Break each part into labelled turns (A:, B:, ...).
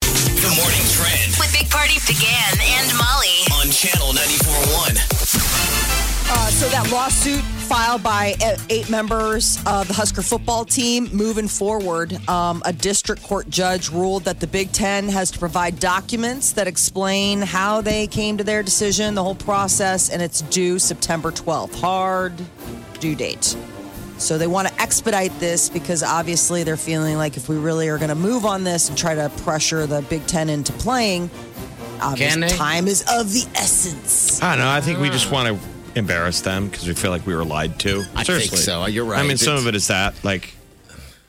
A: The morning trend
B: with Big Party began and Molly.
A: on channel 941.
C: Uh, so that lawsuit filed by e- eight members of the Husker football team, moving forward, um, a district court judge ruled that the Big Ten has to provide documents that explain how they came to their decision, the whole process, and it's due September 12th. Hard due date. So they want to expedite this because obviously they're feeling like if we really are going to move on this and try to pressure the Big Ten into playing,
D: Can
C: obviously
D: they?
C: time is of the essence.
E: I don't know. I think we just want to embarrass them because we feel like we were lied to.
D: I think
E: Seriously.
D: so. You're right.
E: I mean, some
D: It's-
E: of it is that like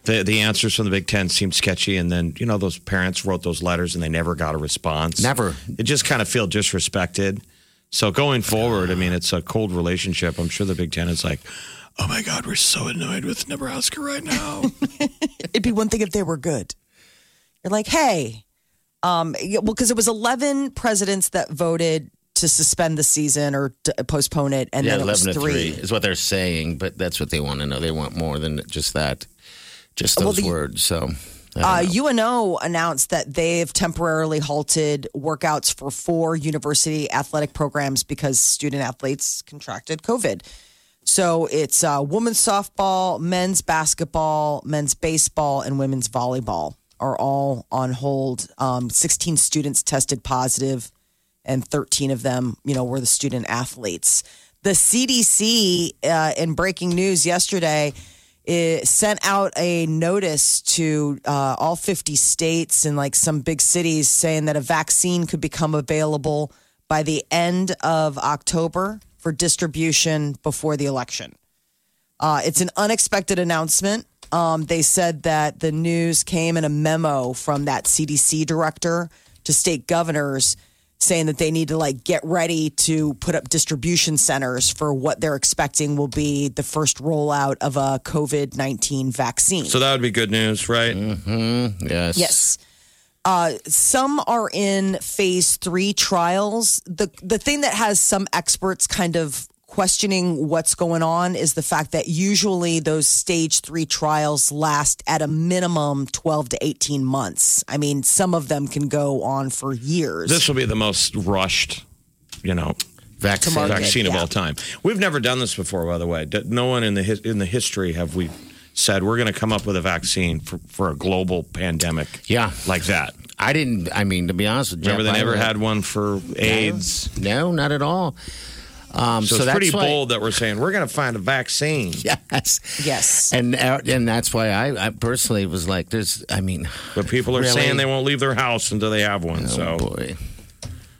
E: the the answers from the Big Ten seem sketchy, and then you know those parents wrote those letters and they never got a response.
D: Never.
E: It just kind of feel disrespected. So going forward, I mean, it's a cold relationship. I'm sure the Big Ten is like, oh my god, we're so annoyed with Nebraska right now.
C: It'd be one thing if they were good. You're like, hey, um, yeah, well, because it was 11 presidents that voted to suspend the season or to postpone it, and
D: yeah,
C: then it was
D: eleven to three.
C: three.
D: is what they're saying, but that's what they want to know. They want more than just that, just
C: Well,
D: those
C: the-
D: words. So, I don't
C: Uh,
D: know.
C: UNO announced that they've temporarily halted workouts for four university athletic programs because student athletes contracted COVID. So it's uh, women's softball, men's basketball, men's baseball, and women's volleyball are all on hold. Um, 16 students tested positive, and 13 of them, you know, were the student athletes. The CDC, uh, in breaking news yesterday, it sent out a notice to uh, all 50 states and like some big cities saying that a vaccine could become available by the end of October for distribution before the election. Uh, it's an unexpected announcement. Um, they said that the news came in a memo from that CDC director to state governors saying that they need to like get ready to put up distribution centers for what they're expecting will be the first rollout of a COVID-19 vaccine.
E: so that would be good news, right?
D: Mm-hmm, yes,
C: Yes. Uh, some are in phase three trials. The the thing that has some experts kind of questioning what's going on is the fact that usually those stage three trials last at a minimum twelve to eighteen months. I mean, some of them can go on for years.
E: This will be the most rushed, you know,
D: vaccine.
C: Tomorrow.
E: vaccine of
C: Yeah.
E: all time. We've never done this before, by the way. D- No one in the his, in the history have we said we're going to come up with a vaccine for, for a global pandemic.
D: Yeah.
E: like that.
D: I didn't. I mean, to be honest with you,
E: Remember, they
D: I-
E: never had one for AIDS.
D: No, not at all. Um,
E: So,
D: so,
E: it's
D: that's
E: pretty
D: why-
E: bold that we're saying we're going to find a vaccine.
D: Yes.
C: Yes.
D: And uh, and that's why I, I personally was like, there's. I mean,
E: But people are
D: Really?
E: saying they won't leave their house until they have one. so
D: oh boy.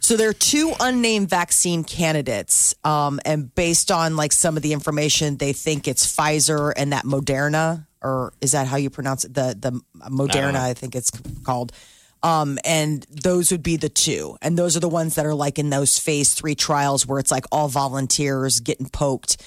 C: So there are two unnamed vaccine candidates, um, and based on like some of the information, they think it's Pfizer and that Moderna, or is that how you pronounce it? The the Moderna, I, think it's called. Um, and those would be the two, and those are the ones that are like in those phase three trials where it's like all volunteers getting poked.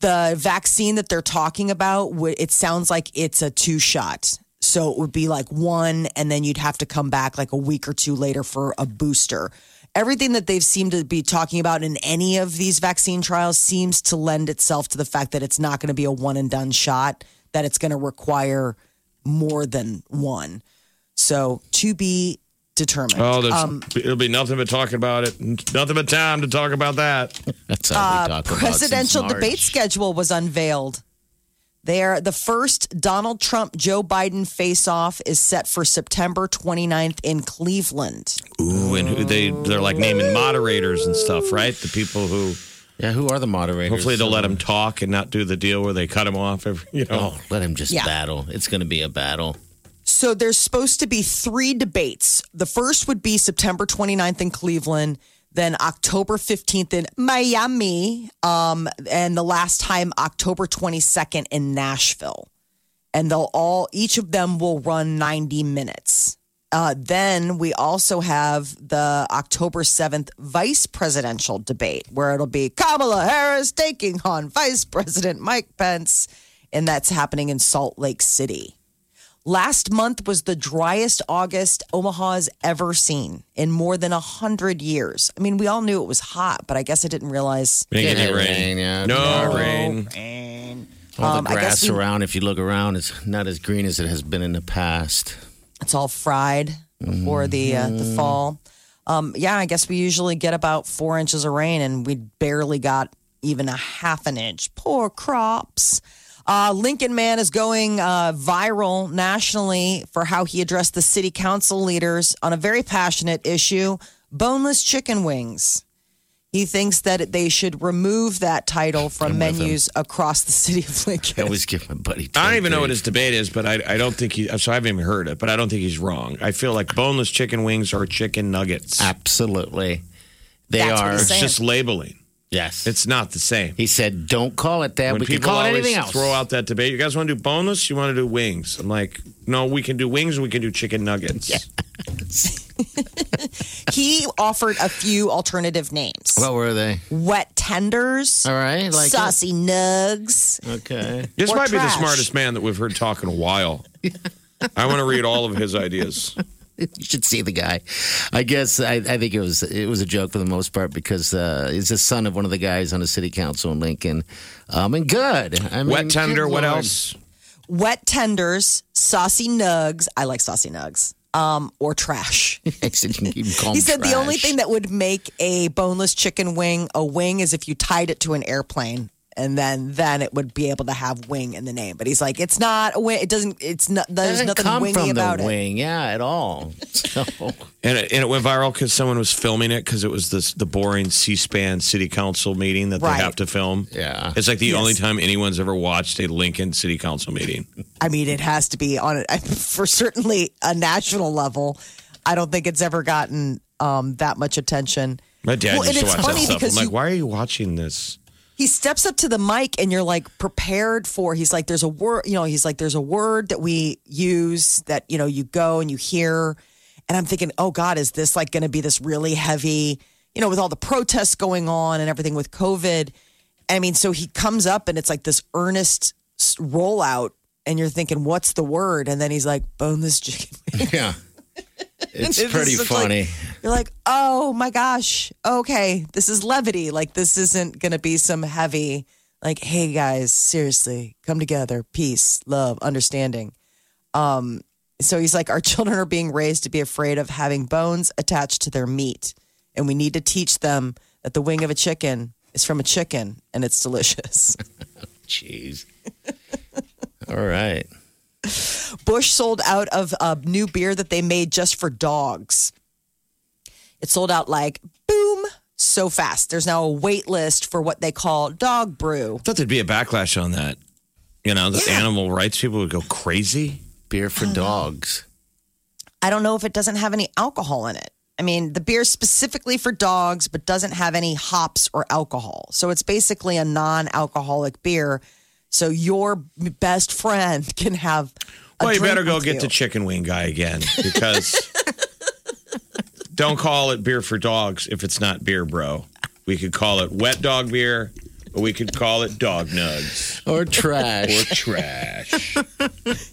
C: The vaccine that they're talking about, wh- it sounds like it's a two shot. So it would be like one, and then you'd have to come back like a week or two later for a booster. Everything that they've seemed to be talking about in any of these vaccine trials seems to lend itself to the fact that it's not going to be a one and done shot, that it's going to require more than one. So to be determined.
E: Oh, there's,
C: Um,
E: it'll be nothing but talking about it. Nothing but time to talk about that.
D: That's how we talk about
C: uh, presidential
D: since March.
C: debate schedule was unveiled. There, the first Donald Trump Joe Biden face off is set for September 29th in Cleveland.
E: Ooh, and who they they're like naming moderators and stuff, right? The people who
D: Yeah, who are the moderators?
E: hopefully they'll let them talk and not do the deal where they cut them off. Every, you know,
D: Oh, let him just
C: Yeah.
D: battle. It's going to be a battle.
C: So there's supposed to be three debates. The first would be September 29th in Cleveland, then October 15th in Miami, um, and the last time October 22nd in Nashville. And they'll all, each of them will run 90 minutes. Uh, then we also have the October 7th vice presidential debate, where it'll be Kamala Harris taking on Vice President Mike Pence. And that's happening in Salt Lake City. Last month was the driest August Omaha has ever seen in more than 100 years. I mean, we all knew it was hot, but I guess I didn't realize.
E: We didn't get
D: Didn't
E: any
D: have
E: rain.
D: rain, yeah.
E: No,
D: No.
E: rain.
D: All
C: Um,
D: the
C: I guess
D: grass
C: we-
D: around, if you look around, is not as green as it has been in the past.
C: It's all fried before the uh,
D: Mm-hmm.
C: the fall. Um, yeah, I guess we usually get about four inches of rain, and we barely got even a half an inch. Poor crops. Uh, Lincoln Man is going uh, viral nationally for how he addressed the city council leaders on a very passionate issue: boneless chicken wings. He thinks that they should remove that title from menus across the city of
D: I
C: Lincoln.
D: always give my buddy.
E: I don't even know what his debate is, but I, I don't think he. So I haven't even heard it, but I don't think he's wrong. I feel like boneless chicken wings are chicken nuggets.
D: Absolutely, they
C: That's what
D: are.
C: he's
E: It's just labeling.
D: yes,
E: It's not the same.
D: He said, "Don't call it that.
E: When
D: we can
E: people
D: call it
E: always
D: anything else."
E: throw out that debate, you guys want to do boneless? You want to do wings? I'm like, no, we can do wings. We can do chicken nuggets.
C: he offered a few alternative names.
D: What were they?
C: wet tenders.
D: All right, like
C: saucy nugs.
D: Okay.
E: This
C: Or
E: might be the
C: trash.
E: smartest man that we've heard talk in a while. I want to read all of his ideas.
D: You should see the guy. I guess I, I think it was it was a joke for the most part because uh, he's the son of one of the guys on the city council in Lincoln. Um, and good. I mean,
E: Wet tender.
D: good
E: What
D: Lord.
E: else?
C: Wet tenders, saucy nugs. I like saucy nugs. Um, or trash.
D: I said, you can call
C: He
D: him
C: said the only
D: trash.
C: thing that would make a boneless chicken wing a wing is if you tied it to an airplane. And then, then it would be able to have wing in the name. But he's like, it's not a wing. It doesn't. It's not. There's
D: doesn't
C: nothing
D: come
C: wingy
D: from
C: about
D: the
C: it.
D: wing, yeah, at all. So,
E: And it, and it went viral because someone was filming it because it was this the boring C-SPAN City Council meeting that
C: Right.
E: they have to film.
D: Yeah.
E: it's like the only time anyone's ever watched a Lincoln City Council meeting.
C: I mean, it has to be on it for certainly a national level. I don't think it's ever gotten um, that much attention.
E: My dad
C: Well, and
E: used to
C: it's
E: watch that
C: funny
E: stuff. I'm
C: because
E: like,
C: you-
E: why are you watching this?
C: he steps up to the mic and you're like prepared for he's like there's a word you know he's like there's a word that we use that you know you go and you hear and i'm thinking oh god is this like going to be this really heavy you know with all the protests going on and everything with covid i mean so he comes up and it's like this earnest s- rollout and you're thinking what's the word and then he's like boneless chicken
D: yeah, it's
C: It was
D: pretty
C: such,
D: funny.
C: like- you're like, oh my gosh, okay, this is levity. Like this isn't gonna be some heavy. Like, hey guys, seriously, come together, peace, love, understanding. Um, so he's like, our children are being raised to be afraid of having bones attached to their meat, and we need to teach them that the wing of a chicken is from a chicken and it's delicious.
D: Jeez. all right.
C: Bush sold out of a new beer that they made just for dogs. It sold out like boom so fast. There's now a wait list for what they call dog brew.
E: I thought there'd be a backlash on that. You know, the animal rights people would go crazy.
D: Beer for dogs.
C: I don't know if it doesn't have any alcohol in it. I mean, the beer's specifically for dogs, but doesn't have any hops or alcohol. So it's basically a non alcoholic beer. So your best friend can have. a
E: Well, you
C: drink
E: better go
C: with
E: get
C: you.
E: the chicken wing guy again because don't call it beer for dogs if it's not beer, bro. We could call it wet dog beer, or we could call it dog nugs
D: Or
E: or
D: trash.
E: trash.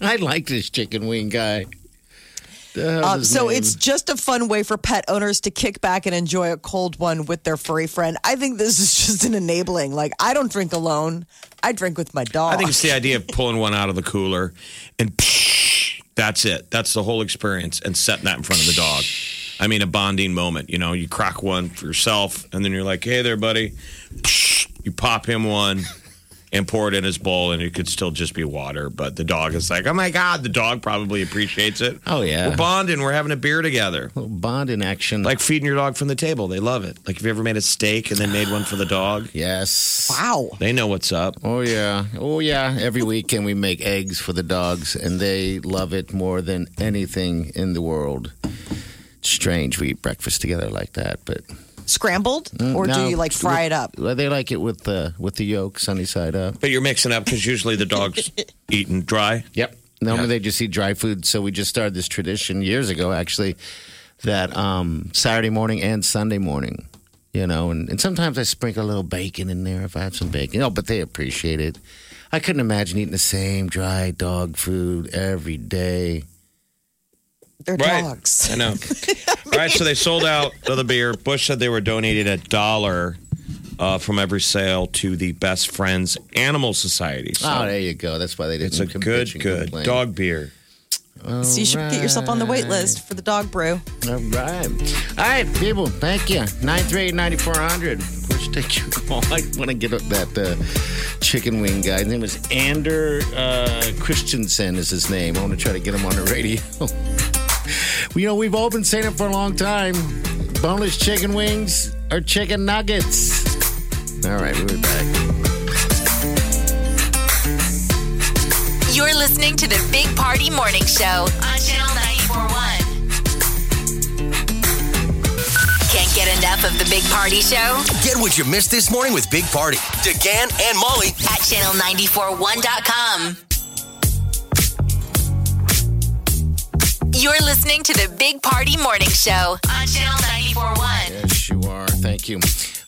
D: I like this chicken wing guy.
C: Um, so it's just a fun way for pet owners to kick back and enjoy a cold one with their furry friend. I think this is just an enabling. Like I don't drink alone. I drink with my dog.
E: I think it's the idea of pulling one out of the cooler and that's it. That's the whole experience and setting that in front of the dog. I mean, a bonding moment. You know, you crack one for yourself and then you're like, hey there, buddy. You pop him one and pour it in his bowl and it could still just be water. But the dog is like, oh my God, the dog probably appreciates it.
D: Oh, yeah.
E: We're bonding. We're having a beer together.
D: bond in action.
E: Like feeding your dog from the table. They love it. Like if you ever made a steak and then made one for the dog,
D: yes.
C: wow.
E: they know what's up.
D: Oh yeah, oh yeah. Every weekend we make eggs for the dogs, and they love it more than anything in the world. It's strange we eat breakfast together like that, but uh,
C: Scrambled or do
D: Mm, no.
C: you like fry it up?
D: well, they like it with the with the yolk, sunny side up.
E: But you're mixing up because usually the dog's eating dry.
D: Yep. Normally they just eat dry food. So we just started this tradition years ago, actually, that um, Saturday morning and Sunday morning, you know, and, and sometimes I sprinkle a little bacon in there if I have some bacon. Oh, but they appreciate it. I couldn't imagine eating the same dry dog food every day.
C: They're
E: Right.
C: dogs.
E: I know. All right, so they sold out of the beer. Bush said they were donated a dollar uh, from every sale to the Best Friends Animal Society. So
D: Oh, there you go. That's why they didn't.
E: it's a
D: com- bitch
E: good, good
D: and complain.
E: dog beer.
C: So you should get yourself on the wait list for the dog brew.
D: All right. All right, people, thank you. 938-9400. Of course, take your call. I want to get up that uh, chicken wing guy. His name was Ander uh, Christensen is his name. I want to try to get him on the radio. you know, we've all been saying it for a long time. Boneless chicken wings or chicken nuggets. All right, we'll be back.
B: You're listening to the Big Party Morning Show on Channel 941. Can't get enough of the Big Party Show
A: Get what you missed this morning with Big Party. DeGan and Molly
B: at channel941.com. You're listening to the Big Party Morning Show on Channel 941.
D: Yes, you are. Thank you.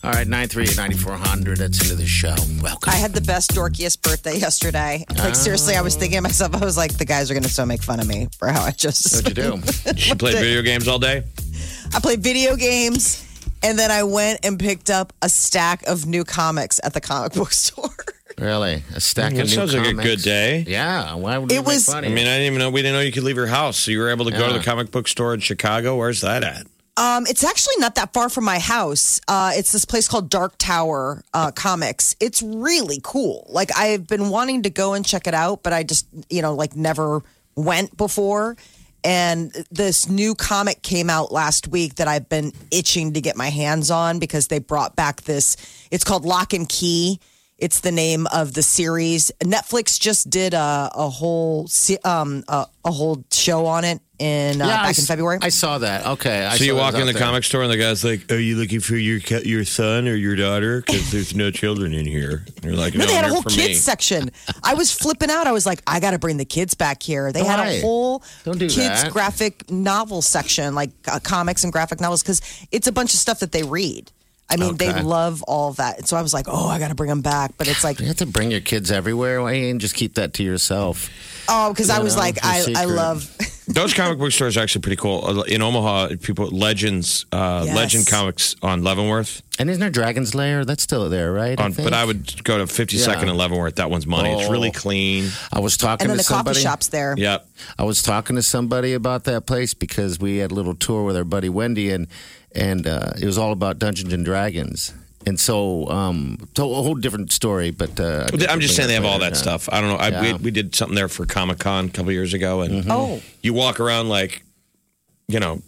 D: All right, 938-9400. That's into the show. Welcome.
C: I had the best dorkiest birthday yesterday. Like seriously, I was thinking to myself, I was like, the guys are gonna so make fun of me for how I just
D: What'd you do?
E: She played video games all day.
C: I played video games and then I went and picked up a stack of new comics at the comic book store.
D: Really? A stack
E: That
D: of new
E: sounds like a
D: comics?
E: good day.
D: Yeah. Why would
C: It
D: it
C: was-
D: was? Funny?
E: I mean, I didn't even know we didn't know you could leave your house, so you were able to go to the comic book store in Chicago. Where's that at?
C: Um, it's actually not that far from my house. Uh, it's this place called Dark Tower uh, Comics. It's really cool. Like I've been wanting to go and check it out, but I just you know like never went before. And this new comic came out last week that I've been itching to get my hands on because they brought back this. It's called Lock and Key. It's the name of the series. Netflix just did a, a whole se- um a, a whole show on it in uh,
D: yeah, I
C: back in
D: s-
C: February.
D: I saw that. Okay. I
E: So you
D: saw
E: walk
D: those
E: in the
D: out there.
E: comic store, and the guy's like, "Are you looking for your ca- your son or your daughter? Because there's no children in here." And you're like, "No,
C: No, they had
E: they're
C: a whole
E: for
C: kids
E: me."
C: section. I was flipping out. I was like, I got to bring the kids back here. They had
D: Why?
C: a whole
D: Don't do
C: kids
D: that.
C: graphic novel section, like uh, comics and graphic novels, because it's a bunch of stuff that they read. I mean,
D: Okay.
C: they love all that. So I was like, oh, I got to bring them back. But it's like,
D: You have to bring your kids everywhere. Why and just keep that to yourself?
C: oh, because I
D: You
C: was
D: know,
C: like,
D: it's a
C: I, I
D: secret.
C: love.
E: Those comic book stores are actually pretty cool. Uh, In Omaha, people Legends, uh,
C: Yes.
E: Legend Comics on Leavenworth.
D: And isn't there Dragon's Lair? That's still there, right?
E: On,
D: think?
E: but I would go to 52nd
D: Yeah.
E: and Leavenworth. That one's money. It's
D: Oh.
E: really clean.
D: I was talking
C: And then the
D: to somebody.
C: coffee shops there.
E: Yep.
D: I was talking to somebody about that place because we had a little tour with our buddy Wendy, and and uh, it was all about Dungeons and Dragons. And so, um, to- a whole different story. But uh, I guess
E: I'm just
D: we'll
E: saying they have
D: bring
E: all
D: it
E: that
D: later.
E: stuff. I don't know. I, we, we did something there for Comic Con a couple years ago, and
D: Mm-hmm.
C: Oh,
E: you walk around like, you know,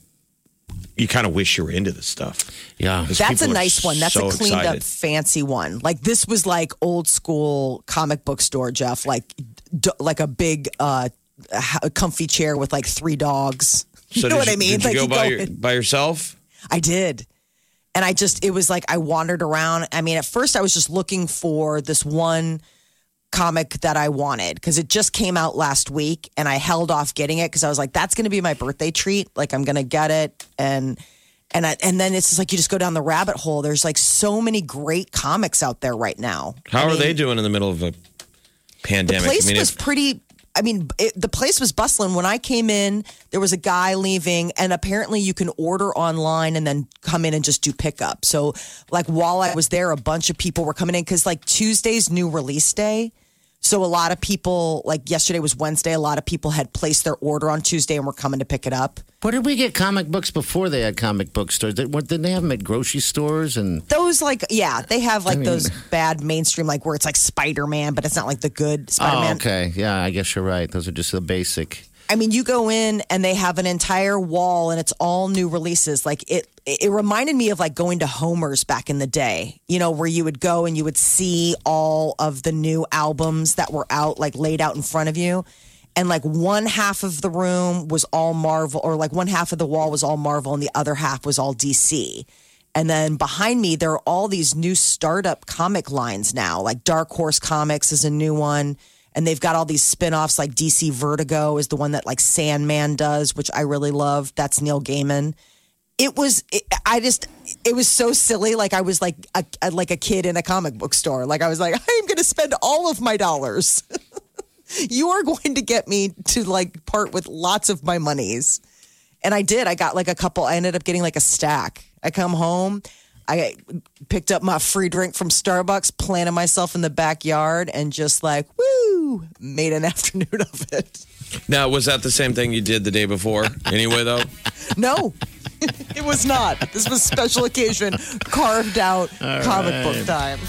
E: you kind of wish you were into this stuff.
D: Yeah.
E: 'Cause
C: that's a
E: people are
C: nice one. That's
E: so
C: a cleaned
E: excited.
C: up, fancy one. Like this was like old school comic book store, Jeff. Like, d- like a big, uh, h- comfy chair with like three dogs. You
E: So
C: know
E: did
C: what I mean?
E: Did you go
C: like
E: by, your,
C: in-
E: by yourself?
C: I did. And I just, it was like I wandered around. I mean, at first I was just looking for this one comic that I wanted because it just came out last week and I held off getting it because I was like, that's going to be my birthday treat. Like, I'm going to get it. And, and, I, and then it's just like you just go down the rabbit hole. There's like so many great comics out there right now.
E: How are they doing in the middle of a pandemic?
C: The place
E: I mean,
C: was
E: if-
C: pretty. I mean, it, the place was bustling. When I came in, there was a guy leaving, and apparently you can order online and then come in and just do pickup. So, like while I was there, a bunch of people were coming in because like Tuesday's new release day. So a lot of people, like yesterday was Wednesday, a lot of people had placed their order on Tuesday and were coming to pick it up.
D: Where did we get comic books before they had comic book stores? Did, what, didn't they have them at grocery stores? And
C: Those like yeah, they have like
D: mean-
C: those bad mainstream like where it's like Spider Man, but it's not like the good Spider Man.
D: oh, okay, yeah, I guess you're right. Those are just the basic.
C: I mean, you go in and they have an entire wall and it's all new releases. Like it, it reminded me of like going to Homer's back in the day, you know, where you would go and you would see all of the new albums that were out, like laid out in front of you. And like one half of the room was all Marvel, or like one half of the wall was all Marvel and the other half was all DC. And then behind me, there are all these new startup comic lines now, like Dark Horse Comics is a new one. And they've got all these spin-offs like DC Vertigo is the one that like Sandman does, which I really love. That's Neil Gaiman. It was it, I just it was so silly like I was like a, a- like a kid in a comic book store. Like I was like I am going to spend all of my dollars. you are going to get me to like part with lots of my monies. And I did. I got like a couple. I ended up getting like a stack. I come home. I picked up my free drink from Starbucks, planted myself in the backyard, and just like, woo, made an afternoon of it.
E: Now, was that the same thing you did the day before? Anyway, though,
C: No, it was not. This was special occasion, carved out comic book time.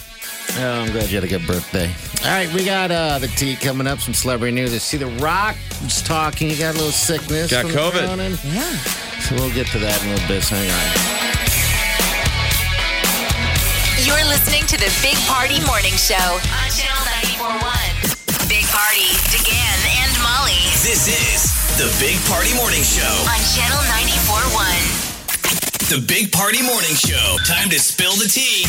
D: Oh, I'm glad you had a good birthday. All right, we got uh, the tea coming up, some celebrity news. I see The Rock was talking. He got a little sickness.
E: Got
D: from
E: COVID.
D: Cronin. Yeah. So we'll get to that in a little bit. So hang on.
B: You're listening to the Big Party Morning Show on Channel 941. Big Party, DeGan and Molly
A: This is the Big Party Morning Show.
B: on Channel 941.
A: The Big Party Morning Show. Time to spill the tea.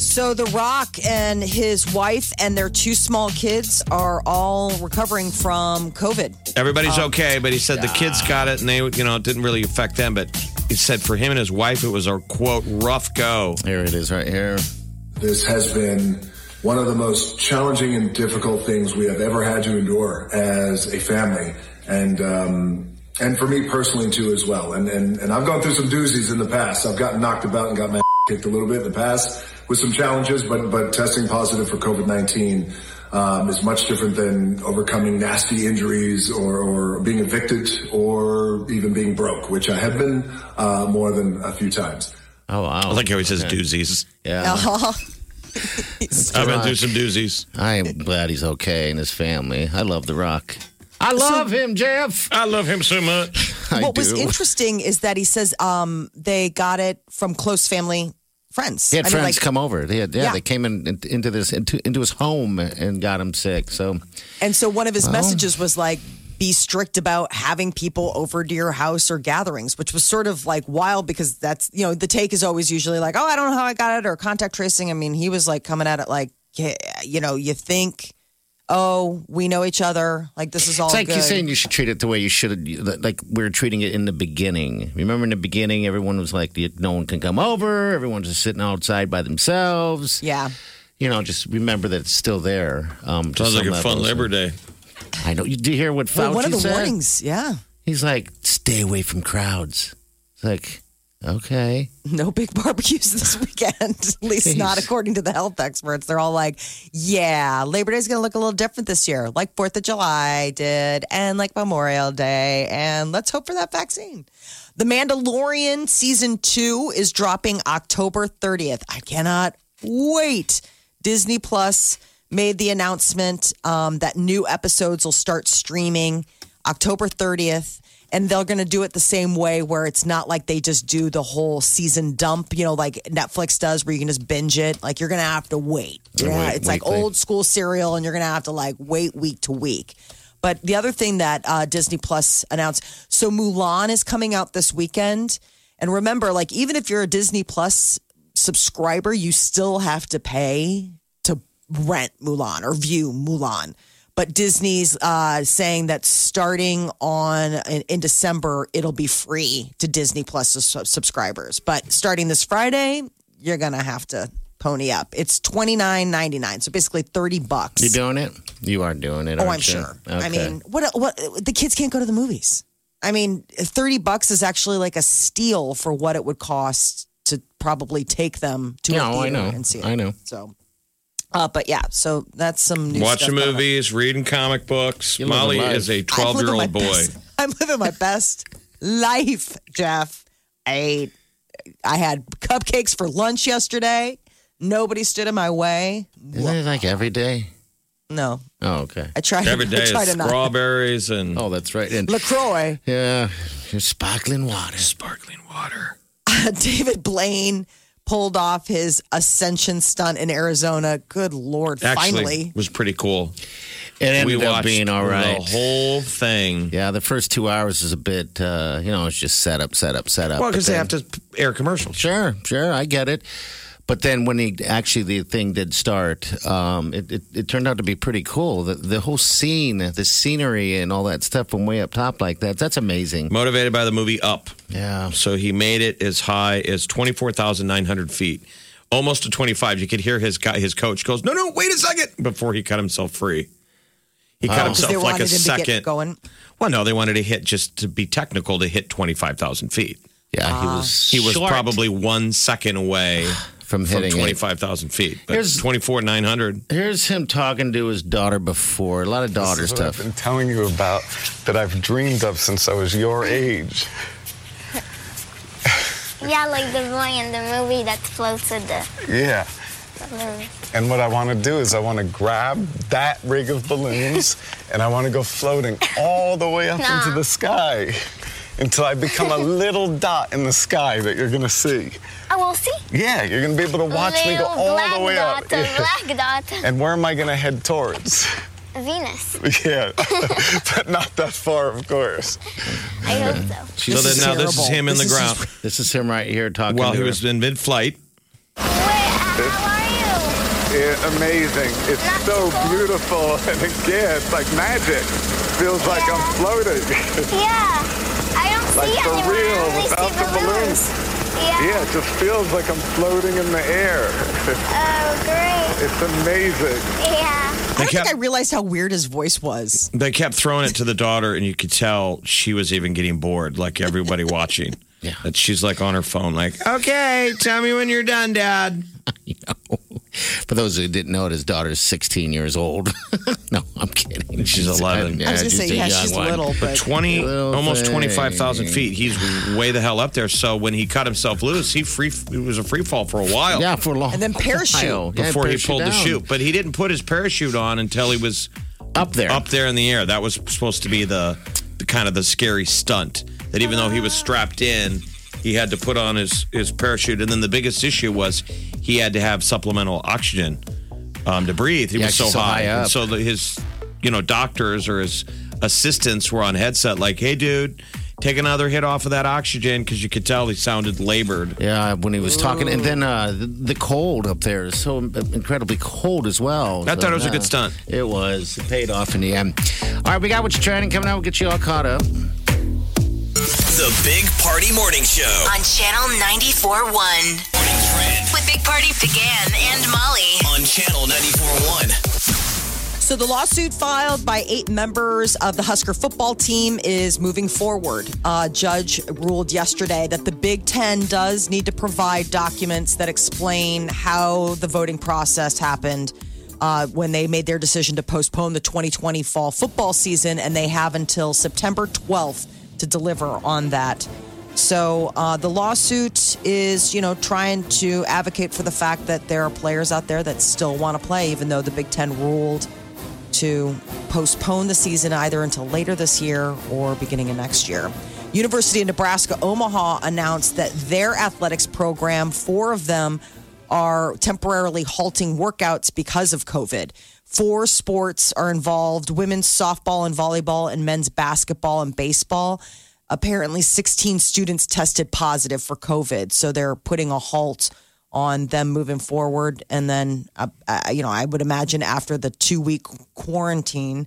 C: So The Rock and his wife and their two small kids are all recovering from COVID.
E: everybody's
C: Oh,
E: okay, but he said the kids got it and they, you know, it didn't really affect them. But he said for him and his wife, it was a quote, rough go.
D: Here it is right here.
F: This has been one of the most challenging and difficult things we have ever had to endure as a family, and um, and for me personally too as well. And, and and I've gone through some doozies in the past. I've gotten knocked about and got my kicked a little bit in the past with some challenges, but but testing positive for COVID nineteen. Um, is much different than overcoming nasty injuries or, or being evicted or even being broke, which I have been uh, more than a few times.
D: Oh, wow.
E: I like how he says doozies.
D: yeah.
E: I've been through some doozies.
D: I am glad he's okay and his family. I love The Rock. I love him, Jeff.
E: I love him so much.
D: I
C: what
D: do.
C: was interesting is that he says um, they got it from close family friends.
D: He had
C: I mean,
D: friends
C: like-
D: come over. They had, yeah,
C: Yeah.
D: they came in, in- into this into, into his home and got him sick. So
C: and so one of his messages was like, be strict about having people over to your house or gatherings, which was sort of like wild because that's, you know, the take is always usually like, oh, I don't know how I got it or contact tracing. I mean, he was like coming at it like, yeah, you know, you think, oh, we know each other. Like, this is all
D: it's like
C: good.
D: he's saying you should treat it the way you should, like we were treating it in the beginning. Remember in the beginning, everyone was like, no one can come over. Everyone's just sitting outside by themselves.
C: yeah.
D: You know, just remember that it's still there. Um, to
E: Sounds like
D: some
E: a fun
D: levels.
E: Labor Day.
D: I know. You did you hear what Fauci
C: Well, one of the
D: said?
C: warnings. Yeah.
D: He's like, stay away from crowds. It's like, okay.
C: no big barbecues this weekend. At least
D: Jeez.
C: not according to the health experts. They're all like, yeah, Labor Day's going to look a little different this year, like 4th of July did, and like Memorial Day. And let's hope for that vaccine. The Mandalorian season two is dropping October 30th. I cannot wait. Disney Plus made the announcement um, that new episodes will start streaming October 30th. And they're going to do it the same way where it's not like they just do the whole season dump, you know, like Netflix does, where you can just binge it. Like you're going to have to wait. Yeah,
D: wait
C: it's like
D: weekly.
C: old school cereal, and you're going to have to like wait week to week. But the other thing that uh, Disney Plus announced so Mulan is coming out this weekend. And remember, like, even if you're a Disney Plus subscriber, you still have to pay to rent Mulan or view Mulan. But Disney's uh, saying that starting on in, in December, it'll be free to Disney Plus sus- subscribers. But starting this Friday, you're gonna have to pony up. It's twenty nine ninety nine, so basically thirty bucks.
D: You doing it? You are doing it.
C: Oh,
D: aren't
C: I'm
D: you?
C: sure.
D: Okay.
C: I mean, what? What? The kids can't go to the movies. I mean, thirty bucks is actually like a steal for what it would cost to probably take them to
D: Yeah,
C: a
D: oh, I
C: theater
D: know.
C: and see it.
D: I know.
C: So, uh, but yeah, so that's some new
E: Watching
C: stuff coming up.
E: movies, reading comic books.
D: You live
E: Molly
D: a life.
E: is a
C: I'm
E: 12
C: living
E: year
C: my
E: old boy.
C: best- I'm living my best life, Jeff. I I had cupcakes for lunch yesterday. Nobody stood in my way.
D: Isn't it like every day?
C: No,
D: Oh, okay.
C: I tried.
E: Every day
C: I
E: is
C: tried to not.
E: strawberries and
D: Oh, that's right. And
C: Lacroix.
D: yeah, your sparkling water.
E: sparkling water.
C: David Blaine pulled off his ascension stunt in Arizona. Good Lord,
E: Actually,
C: finally.
E: was pretty cool.
D: It ended
E: we
D: up
E: watched
D: being all right.
E: The whole thing.
D: yeah, the first two hours is a bit, uh, you know, it's just set up, set up, set up.
E: Well,
D: But
E: because they
D: then-
E: have to air commercials.
D: Sure, sure, I get it. But then when he actually the thing did start, um, it, it it turned out to be pretty cool. The, the whole scene, the scenery, and all that stuff from way up top like that. That's amazing.
E: Motivated by the movie Up.
D: Yeah.
E: So he made it as high as 24,900 feet, almost to 25. You could hear his guy, his coach goes, no, no, wait a second, before he cut himself free. He
D: Oh.
E: cut
C: Because they
E: himself like a
C: wanted him to get
E: second.
C: going.
E: Well, no, they wanted to hit, just to be technical, to hit 25,000 feet.
D: Yeah, he
C: Ah.
D: was
E: He was
D: short
E: probably one second away
D: from
E: from
D: hitting it.
E: 25,000 feet. But
D: Here's-
E: 24,900.
D: Here's him talking to his daughter before. A lot of daughter
G: This is what
D: stuff.
G: I've been telling you about that I've dreamed of since I was your age.
H: Yeah, like the boy in the movie that floats with the
G: Yeah.
H: balloon.
G: And what I want to do is I want to grab that rig of balloons and I want to go floating all the way up
H: Nah.
G: into the sky until I become a little dot in the sky that you're going to see.
H: I will Oh, see.
G: Yeah, you're going to be able to watch
H: Little
G: me go all
H: black
G: the way
H: dot,
G: up.
H: a
G: Yeah.
H: black dot,
G: And where am I going to head towards?
H: Venus.
G: Yeah, but not that far, of course.
H: I hope so.
E: so
D: She's-
C: is
E: then now this is
C: terrible.
E: him in
C: This
E: the
C: is
E: ground
D: This is him right here talking
E: while
D: to
E: he
D: her.
E: was in mid flight.
H: Wait, how are you?
G: Yeah, amazing. It's
H: That's
G: so
H: cool.
G: beautiful. And again, it's like magic. Feels like I'm floating.
H: Yeah, I don't
G: Like
H: see
G: for
H: anyone.
G: real,
H: I only
G: without
H: see
G: the
H: balloons. Yeah.
G: Yeah, it just feels like I'm floating in the air.
H: Oh, great.
G: It's amazing.
H: Yeah.
C: I don't
E: kept-
C: think I realized how weird his voice was.
E: They kept throwing it to the daughter, and you could tell she was even getting bored, like everybody watching.
D: Yeah.
E: That she's like on her phone, like, okay, tell me when you're done, Dad.
D: For those who didn't know it, his daughter's 16 years old. no, I'm kidding.
E: She's 11.
D: Yeah,
C: I was gonna say,
D: a
C: yeah,
D: young
C: she's
D: one.
C: little, but
E: 20,
D: Little
E: almost
D: thing.
E: 25,000 feet. He's way the hell up there. So when he cut himself loose, he free, it was a free fall for a while
D: Yeah, for a long
C: And then parachute.
D: while. Yeah,
E: before he
D: parachute
E: pulled the
D: down.
E: chute. But he didn't put his parachute on until he was
D: Up there.
E: up there in the air. That was supposed to be the, the kind of the scary stunt that even though he was strapped in, he had to put on his his parachute. And then the biggest issue was he had to have supplemental oxygen um, to breathe. He
D: Yeah,
E: was so,
D: 'cause he's so
E: high,
D: high
E: And
D: up.
E: so the, his you know doctors or his assistants were on headset like, "Hey, dude." Take another hit off of that oxygen because you could tell he sounded labored.
D: Yeah, when he was talking. And then uh, the, the cold up there is so incredibly cold as well.
E: I thought it was a
D: yeah.
E: good stunt.
D: It was. It paid off in the end. All right, we got what you're training coming out. We'll get you all caught up.
A: The Big Party Morning Show.
B: On Channel 94.1.
A: Morning Trend
B: With Big Party began and Molly.
A: on Channel 94.1.
C: So the lawsuit filed by eight members of the Husker football team is moving forward. A judge ruled yesterday that the Big Ten does need to provide documents that explain how the voting process happened uh, when they made their decision to postpone the 2020 fall football season, and they have until September 12th to deliver on that. So uh, the lawsuit is, you know, trying to advocate for the fact that there are players out there that still want to play, even though the Big Ten ruled to postpone the season either until later this year or beginning of next year. University of Nebraska Omaha announced that their athletics program, four of them, are temporarily halting workouts because of COVID. Four sports are involved women's softball and volleyball, and men's basketball and baseball. Apparently, 16 students tested positive for COVID. So they're putting a halt on them moving forward. And then, uh, uh, you know, I would imagine after the two week quarantine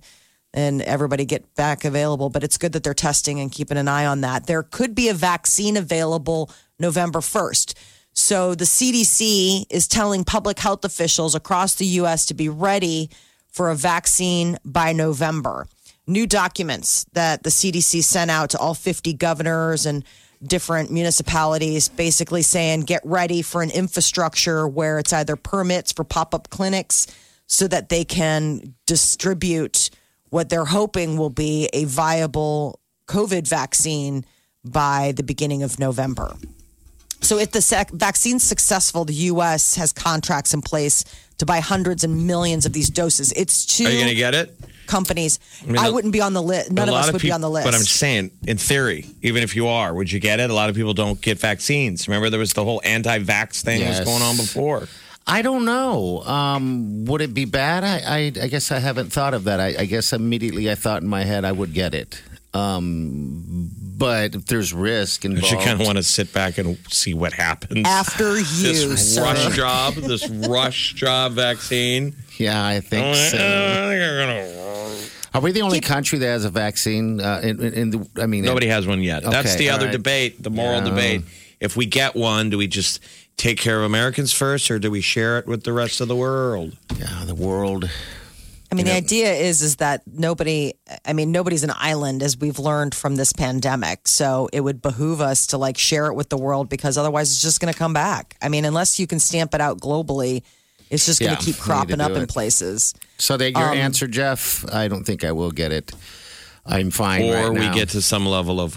C: and everybody get back available, but it's good that they're testing and keeping an eye on that. There could be a vaccine available November 1st. So the CDC is telling public health officials across the U.S. to be ready for a vaccine by November. New documents that the CDC sent out to all 50 governors and different municipalities basically saying get ready for an infrastructure where it's either permits for pop up clinics so that they can distribute what they're hoping will be a viable COVID vaccine by the beginning of November. So, if the sec- vaccine's successful, the U.S. has contracts in place to buy hundreds and millions of these doses. It's two
E: Are you going to get it?
C: companies. I,
E: mean, a-
C: wouldn't be on the list. None
E: a
C: of
E: lot
C: us
E: of
C: would
E: people,
C: be on the list.
E: But I'm saying, in theory, even if you are, would you get it? A lot of people don't get vaccines. Remember, there was the whole anti-vax thing that
D: Yes.
E: was going on before.
D: I don't know. Um, would it be bad? I, I, I guess I haven't thought of that. I, I guess immediately I thought in my head I would get it. Um, But if there's risk involved,
E: She kind of want to sit back and see what happens
C: After you,
E: This
C: sir.
E: rush job, this rush job vaccine.
D: Yeah, I think
C: Oh,
D: so.
E: Oh, I think I'm gonna-
D: Are we the only country that has a vaccine? Uh, in, in, in the, I mean,
E: Nobody has one yet. That's
D: Okay,
E: the
D: all
E: other
D: right.
E: debate, the moral
D: Yeah.
E: debate. If we get one, do we just take care of Americans first, or do we share it with the rest of the world?
D: Yeah, the world.
C: I mean, the idea is is that nobody. I mean, nobody's an island, as we've learned from this pandemic. So it would behoove us to like share it with the world because otherwise, it's just going to come back. I mean, unless you can stamp it out globally, it's just going
D: Yeah,
C: to keep
D: we need to
C: cropping up
D: do
C: in
D: it.
C: places. Um,
D: So that your answer, Jeff? I don't think I will get it. I'm fine.
E: Or
D: right
E: we
D: now.
E: get to some level of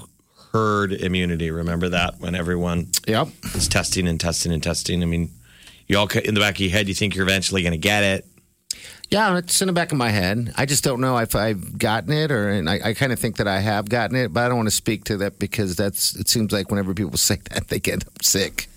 E: herd immunity. Remember that when everyone
D: Yep.
E: is testing and testing and testing. I mean, you all in the back of your head, you think you're eventually going to get it.
D: Yeah, it's in the back of my head. I just don't know if I've gotten it, or and I, I kind of think that I have gotten it, but I don't want to speak to that because that's. It seems like whenever people say that, they get sick,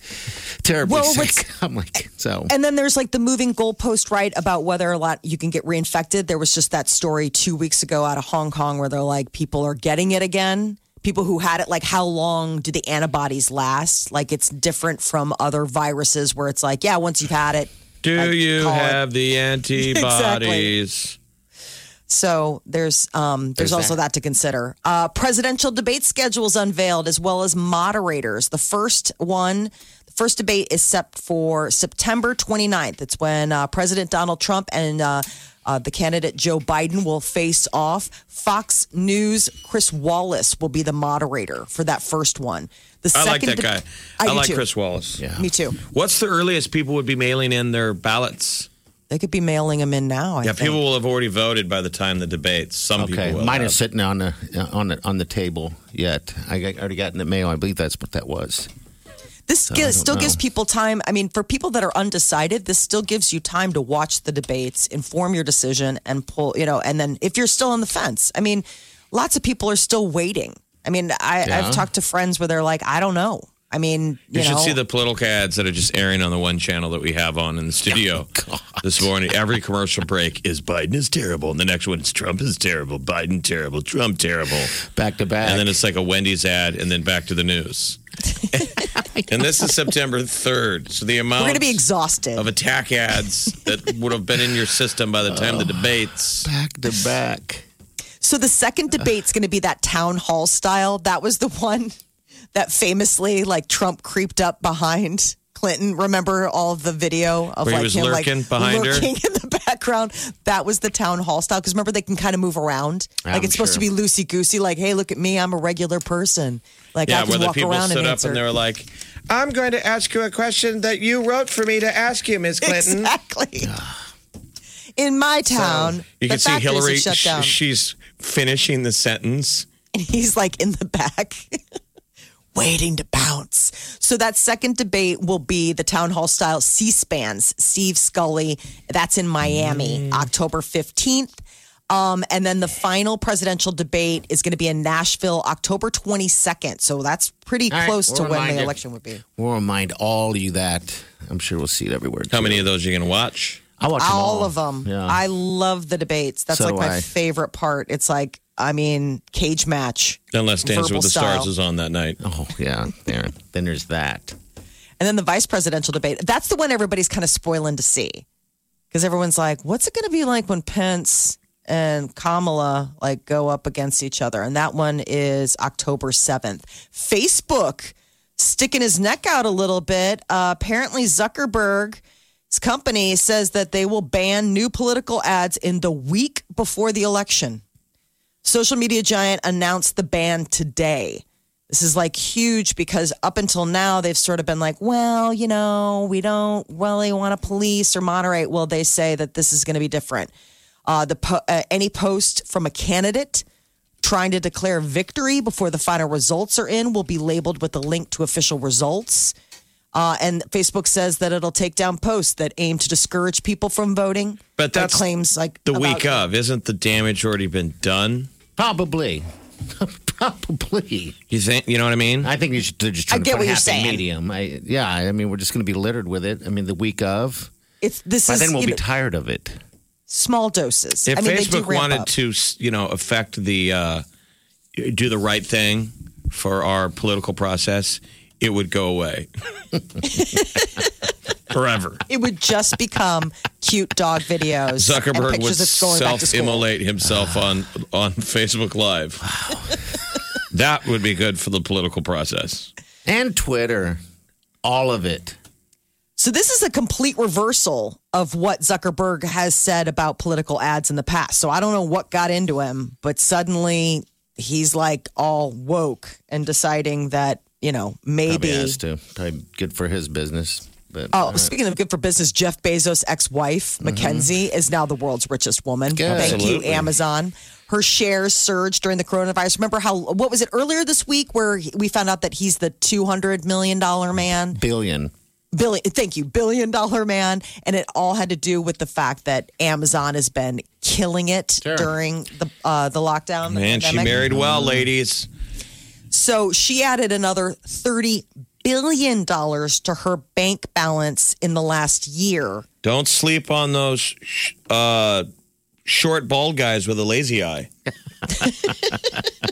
D: terribly
C: Well,
D: sick. I'm like, so
C: And then there's like the moving goalpost, right? About whether a lot you can get reinfected. There was just that story two weeks ago out of Hong Kong where they're like, people are getting it again. People who had it, like, how long do the antibodies last? Like, it's different from other viruses where it's like, yeah, once you've had it.
E: Do
C: like,
E: you
C: call it.
E: have the antibodies?
C: So there's um, there's, also that. to consider. Uh, presidential debate schedules unveiled, as well as moderators. The first one, the first debate is set for September 29th. It's when uh, President Donald Trump and uh, uh, the candidate Joe Biden will face off. Fox News Chris Wallace will be the moderator for that first one. The
E: I like
C: second
E: that
C: de-
E: guy.
C: I
E: I,
C: do
E: like
C: too.
E: Chris Wallace. Yeah.
C: Me too.
E: What's the earliest people would be mailing in their ballots?
C: They could be mailing him in now. I
E: Yeah,
C: think.
E: people will have already voted by the time the debates. Some
D: okay.
E: people will.
D: Mine
E: have.
D: is sitting on the on the on the table yet. I got, already got in the mail. I believe that's what that was.
C: This
D: I
C: gi-
D: don't
C: still gives
D: know.
C: people time. I mean, for people that are undecided, this still gives you time to watch the debates, inform your decision, and pull, you know, and then if you're still on the fence, I mean, lots of people are still waiting. I mean, I,
D: Yeah.
C: I've talked to friends where they're like, I don't know. I mean, you,
E: You should
C: know,
E: see the political ads that are just airing on the one channel that we have on in the
D: Oh,
E: studio this morning. Every commercial break is Biden is terrible, and the next one is Trump is terrible, Biden terrible, Trump terrible,
D: Back to back.
E: and then it's like a Wendy's ad, and then back to the news. and this is September third, so the amount
C: we're going to be exhausted.
E: of attack ads that would have been in your system by the time the debates.
D: Oh, back to back.
C: So the second debate's going to be that town hall style. That was the one that famously, like Trump creeped up behind Clinton. Remember all the video of
E: Where he
C: like
E: was
C: him
E: lurking
C: like
E: behind her?
C: lurking in the background. That was the town hall style because remember they can kind of move around. like
D: I'm
C: it's supposed to
D: sure.
C: be loosey goosey. Like, hey, look at me, I'm a regular person. Like I
E: Yeah,
C: can
E: where the
C: walk
E: people
C: around
E: stood
C: and
E: up
C: answer.
E: and they were like, "I'm going to ask you a question that you wrote for me to ask you, Ms. Clinton."
C: exactly. In my town,
E: You
C: the
E: can see
C: factories are
E: Hillary.
C: shut
E: sh-
C: down.
E: she's finishing the sentence.
C: and he's like in the back waiting to bounce. So that second debate will be the town hall style C-SPANs, Steve Scully. That's in
D: Mm.
C: Miami, October 15th. Um, and then the final presidential debate is going to be in Nashville, October 22nd. So that's pretty
D: All right,
C: close to
D: we're
C: when the
D: reminded.
C: election would be.
D: We'll remind all of you that. I'm sure we'll see it everywhere.
E: How
D: too.
E: many of those are you going to watch?
D: I watch
C: All,
D: them all
C: of them.
D: Yeah.
C: I love the debates. That's
D: So
C: like
D: do
C: my
D: I.
C: favorite part. It's like, I mean, cage match.
E: Unless Dance
C: Verbal
E: with the Stars
C: style.
E: is on that night.
D: Oh yeah. There. then there's that.
C: And then the vice presidential debate. That's the one everybody's kind of spoiling to see. Because everyone's like, what's it going to be like when Pence and Kamala like go up against each other? And that one is October 7th. Facebook sticking his neck out a little bit. Uh, apparently Zuckerberg his company says that they will ban new political ads in the week before the election. Social media giant announced the ban today. This is like huge because up until now, they've sort of been like, well, you know, we don't really want to police or moderate. Well, they say that this is going to be different. Uh, the po- uh, any post from a candidate trying to declare victory before the final results are in will be labeled with a link to official results. Uh, and Facebook says that it'll take down posts that aim to discourage people from voting.
E: But
C: Like
E: that's
C: claims like
E: The
C: about-
E: week of, isn't the damage already been done?
D: Probably. Probably.
E: You think? You know what I mean?
D: I think you should they're just try
C: I
D: to
C: get
D: find
C: what
D: a
C: you're
D: happy
C: saying.
D: medium. I, yeah, I mean we're just going to be littered with it. I mean the week of,
C: It's this
D: by
C: is
D: then we'll
C: you
D: be
C: know,
D: tired of it.
C: small doses.
E: If
C: I mean, they do
E: Facebook
C: ramp
E: wanted
C: up.
E: to, you know, affect the uh, do the right thing, for our political process, it would go away forever.
C: It would just become cute dog videos. and
E: Zuckerberg would
C: pictures of going back to school. Ah.
E: self-immolate himself on on Facebook Live. that would be good for the political process.
D: And Twitter, all of it.
C: So this is a complete reversal of what Zuckerberg has said about political ads in the past. So I don't know what got into him, but suddenly he's like all woke and deciding that, you know,
D: Probably
C: maybe
D: has to. Probably good for his business. But uh,
C: Oh, speaking of good for business, Jeff Bezos' ex-wife,
E: Mm-hmm.
C: Mackenzie, is now the world's richest woman.
D: Yeah,
C: Thank
D: absolutely.
C: you, Amazon. Her shares surged during the coronavirus. Remember how what was it earlier this week where we found out that he's the 200 million dollar man?
D: billion.
C: billion thank you billion dollar man and it all had to do with the fact that amazon has been killing it
D: Sure.
C: during the uh, the lockdown the
E: Man, she
C: pandemic. Mm-hmm.
E: married well, ladies.
C: so she added another 30 billion dollars to her bank balance in the last year
E: Don't sleep on those sh- uh, short, bald guys with a lazy eye.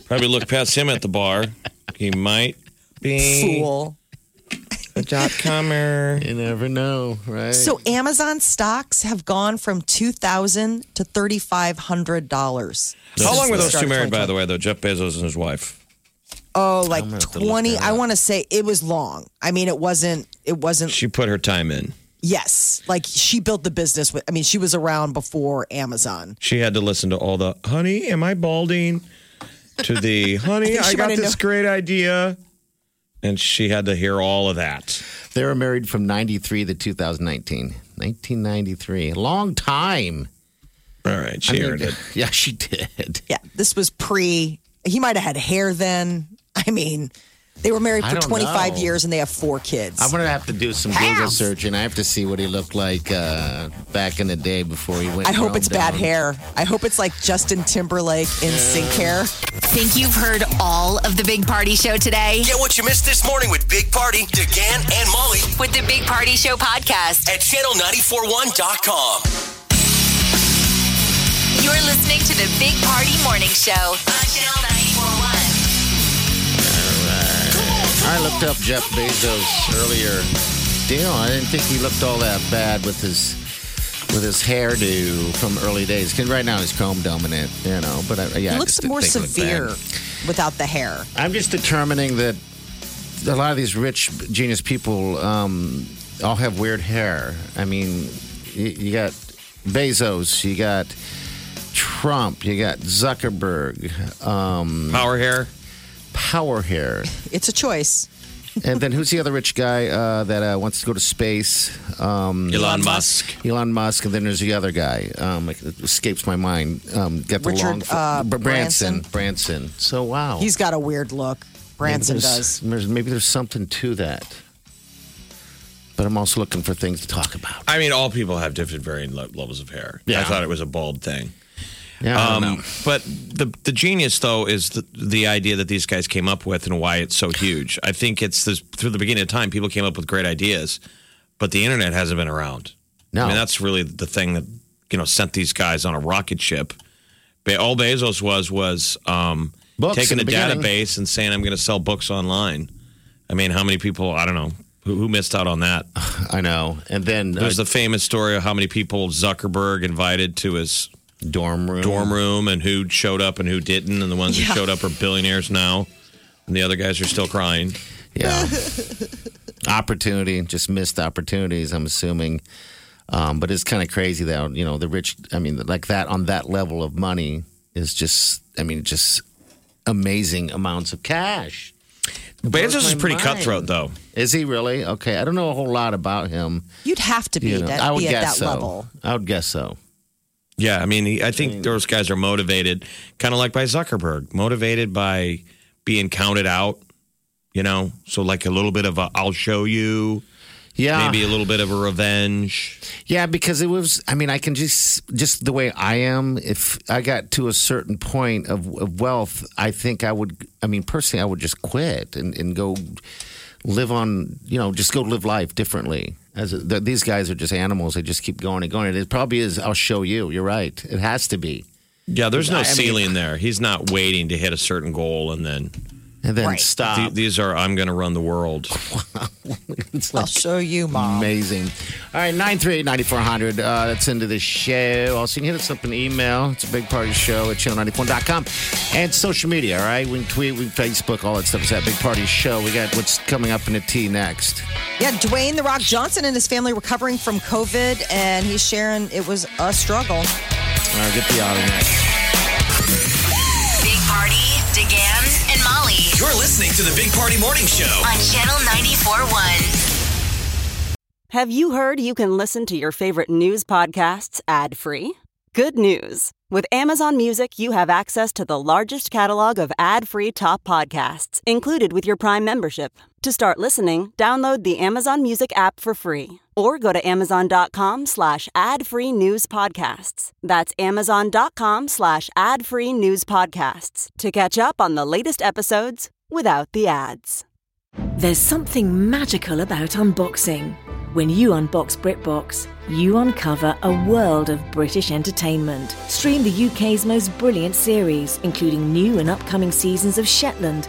E: Probably look past him at the bar. He might be
C: fool
E: a dot comer.
D: You never know, right?
C: so amazon stocks have gone from 2000 to 3500 dollars
E: How long were those two married, by the way, though? Jeff Bezos and his wife.
C: oh like
D: gonna have to look
C: 20
D: that
C: i want to say it was long i mean it wasn't it wasn't
E: She put her time in.
C: Yes. Like she built the business with, I mean, she was around before Amazon.
E: She had to listen to all the, honey, am I balding? To the, honey,
C: think
E: I,
C: she
E: got
C: might have
E: this great idea. And she had to hear all of that.
D: they were married from 93 to 2019. 1993. Long time.
E: All right, she
D: I mean,
E: earned it.
D: Yeah, she did.
C: Yeah. This was pre, he might have had hair then. I mean, they were married
D: I
C: for
D: don't
C: 25
D: know.
C: years and they have four kids.
D: I'm going to have to do some Google searching. I have to see what he looked like uh, back in the day before he went.
C: I hope
D: grown
C: it's bad
D: down.
C: hair. I hope it's like Justin Timberlake in sync hair.
B: Think you've heard all of the Big Party Show today?
A: Get what you missed this morning with Big Party, DeGan, and Molly
B: With the Big Party Show podcast,
A: at channel941.com.
B: you're listening to the Big Party Morning Show on Channel 941.
D: I looked up Jeff Bezos earlier. Damn, I didn't think he looked all that bad with his with his hairdo from early days. 'Cause right now he's comb dominant, you know. But I, yeah,
C: It
D: I
C: looks
D: just didn't
C: more
D: think he looked bad.
C: severe without the hair.
D: I'm just determining that a lot of these rich genius people um, all have weird hair. I mean, you, you got Bezos, you got Trump, you got Zuckerberg, um,
E: Power hair.
D: power hair.
C: It's a choice.
D: and then who's the other rich guy uh, that uh, wants to go to space? Um,
E: Elon Musk.
D: Elon Musk, and then there's the other guy. Um, it escapes my mind. Um, got the
C: Richard,
D: long
C: uh,
D: Br- Branson. Branson. So wow,
C: He's got a weird look. Branson
D: Maybe
C: does.
D: there's- There's, maybe there's something to that. But I'm also looking for things to talk about.
E: I mean, all people have different varying le- levels of hair. I
D: Yeah.
E: thought it was a bald thing.
D: Yeah, I don't know.
E: Um, but the the genius though is the the idea that these guys came up with and why it's so huge. I think it's this, through the beginning of time, people came up with great ideas, but the internet hasn't been around.
D: No.
E: I mean that's really the thing that you know sent these guys on a rocket ship. Be- all Bezos was was um,
D: Books
E: taking a
D: in the beginning.
E: database and saying I'm going to sell books online. I mean, how many people? I don't know who, who missed out on that.
D: I know. And then uh,
E: There's the famous story of how many people Zuckerberg invited to his
D: dorm room.
E: dorm room and who showed up and who didn't. And the ones who showed up are billionaires now. And the other guys are still crying.
D: Yeah. Opportunity, just missed opportunities, I'm assuming. Um, but it's kind of crazy though. You know, the rich, I mean, like that on that level of money is just, I mean, just amazing amounts of cash.
E: Bezos is
D: my
E: pretty
D: mind.
E: cutthroat, though.
D: Is he really? Okay. I don't know a whole lot about him.
C: You'd have to be,
D: You know,
C: that,
D: I would
C: be at
D: guess
C: that
D: so.
C: level.
D: I would guess so.
E: Yeah, I mean, he, I think those guys are motivated, kind of like by Zuckerberg, motivated by being counted out. You know, so like a little bit of a "I'll show you,"
D: Yeah.
E: maybe a little bit of a revenge.
D: Yeah, because it was. I mean, I can just just the way I am. If I got to a certain point of, of wealth, I think I would. I mean, personally, I would just quit and, and go live on. You know, just go live life differently. As th these guys are just animals. They just keep going and going. And it probably is. I'll show you. You're right. It has to be.
E: Yeah, there's no
D: I mean-
E: ceiling there. He's not waiting to hit a certain goal and then
D: and then
C: Right.
E: The-
D: stop.
E: these are I'm going to run the world.
D: it's
C: I'll
D: like
C: show you, mom.
D: amazing. All right, 938-9400. Uh, that's into the show. Also, you can hit us up an email. It's a big party show at channel94.com. And social media, all right? We can tweet, we can Facebook, all that stuff. It's that big party show. We got what's coming up in the T next.
C: Yeah, Dwayne The Rock Johnson and his family recovering from COVID, and he's sharing it was a struggle.
D: All right, get the audio next.
B: Big Party, DeGan, and Molly
A: You're listening to the Big Party Morning Show.
B: on Channel 94.1.
I: Have you heard you can listen to your favorite news podcasts ad free? Good news! With Amazon Music, you have access to the largest catalog of ad free top podcasts included with your Prime membership. To start listening, download the Amazon Music app for free or go to amazon.com slash ad free news podcasts. That's amazon.com slash ad free news podcasts to catch up on the latest episodes without the ads.
J: There's something magical about unboxing. When you unbox BritBox, you uncover a world of British entertainment. Stream the UK's most brilliant series, including new and upcoming seasons of Shetland,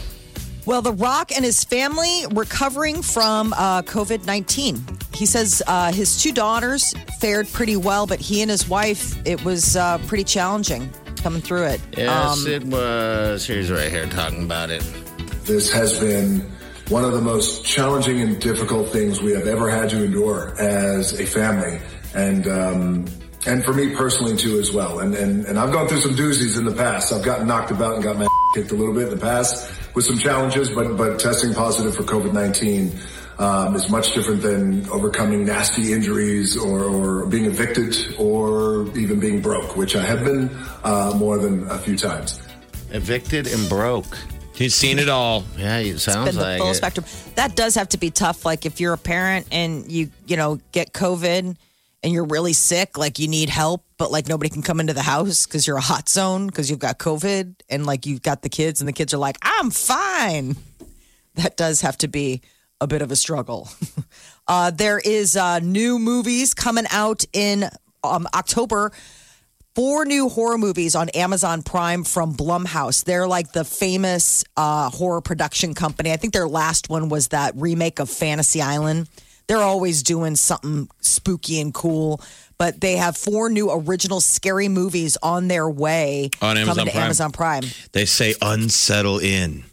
C: Well, The Rock and his family recovering from uh, COVID 19. He says uh, his two daughters fared pretty well, but he and his wife, it was uh, pretty challenging coming through it. Um,
D: Yes, it was. Here's right here talking about it.
F: This has been one of the most challenging and difficult things we have ever had to endure as a family, and um, and for me personally too as well. And, and and I've gone through some doozies in the past. I've gotten knocked about and got my kicked a little bit in the past with some challenges, but but testing positive for COVID nineteen. Um, is much different than overcoming nasty injuries or, or being evicted or even being broke, which I have been uh, more than a few times.
D: Evicted and broke.
E: He's seen it all.
D: Yeah, it sounds
C: been the
D: like
C: full
D: it.
C: spectrum. That does have to be tough. Like if you're a parent and you you know get COVID and you're really sick, like you need help, but like nobody can come into the house because you're a hot zone because you've got COVID and like you've got the kids and the kids are like, I'm fine. That does have to be a bit of a struggle. uh, there is uh, new movies coming out in um, October four new horror movies on Amazon Prime from Blumhouse. They're like the famous uh, horror production company. I think their last one was that remake of Fantasy Island. They're always doing something spooky and cool, but they have four new original scary movies on their way
E: On Amazon
C: coming to
E: Prime.
C: Amazon Prime.
E: They say unsettle in.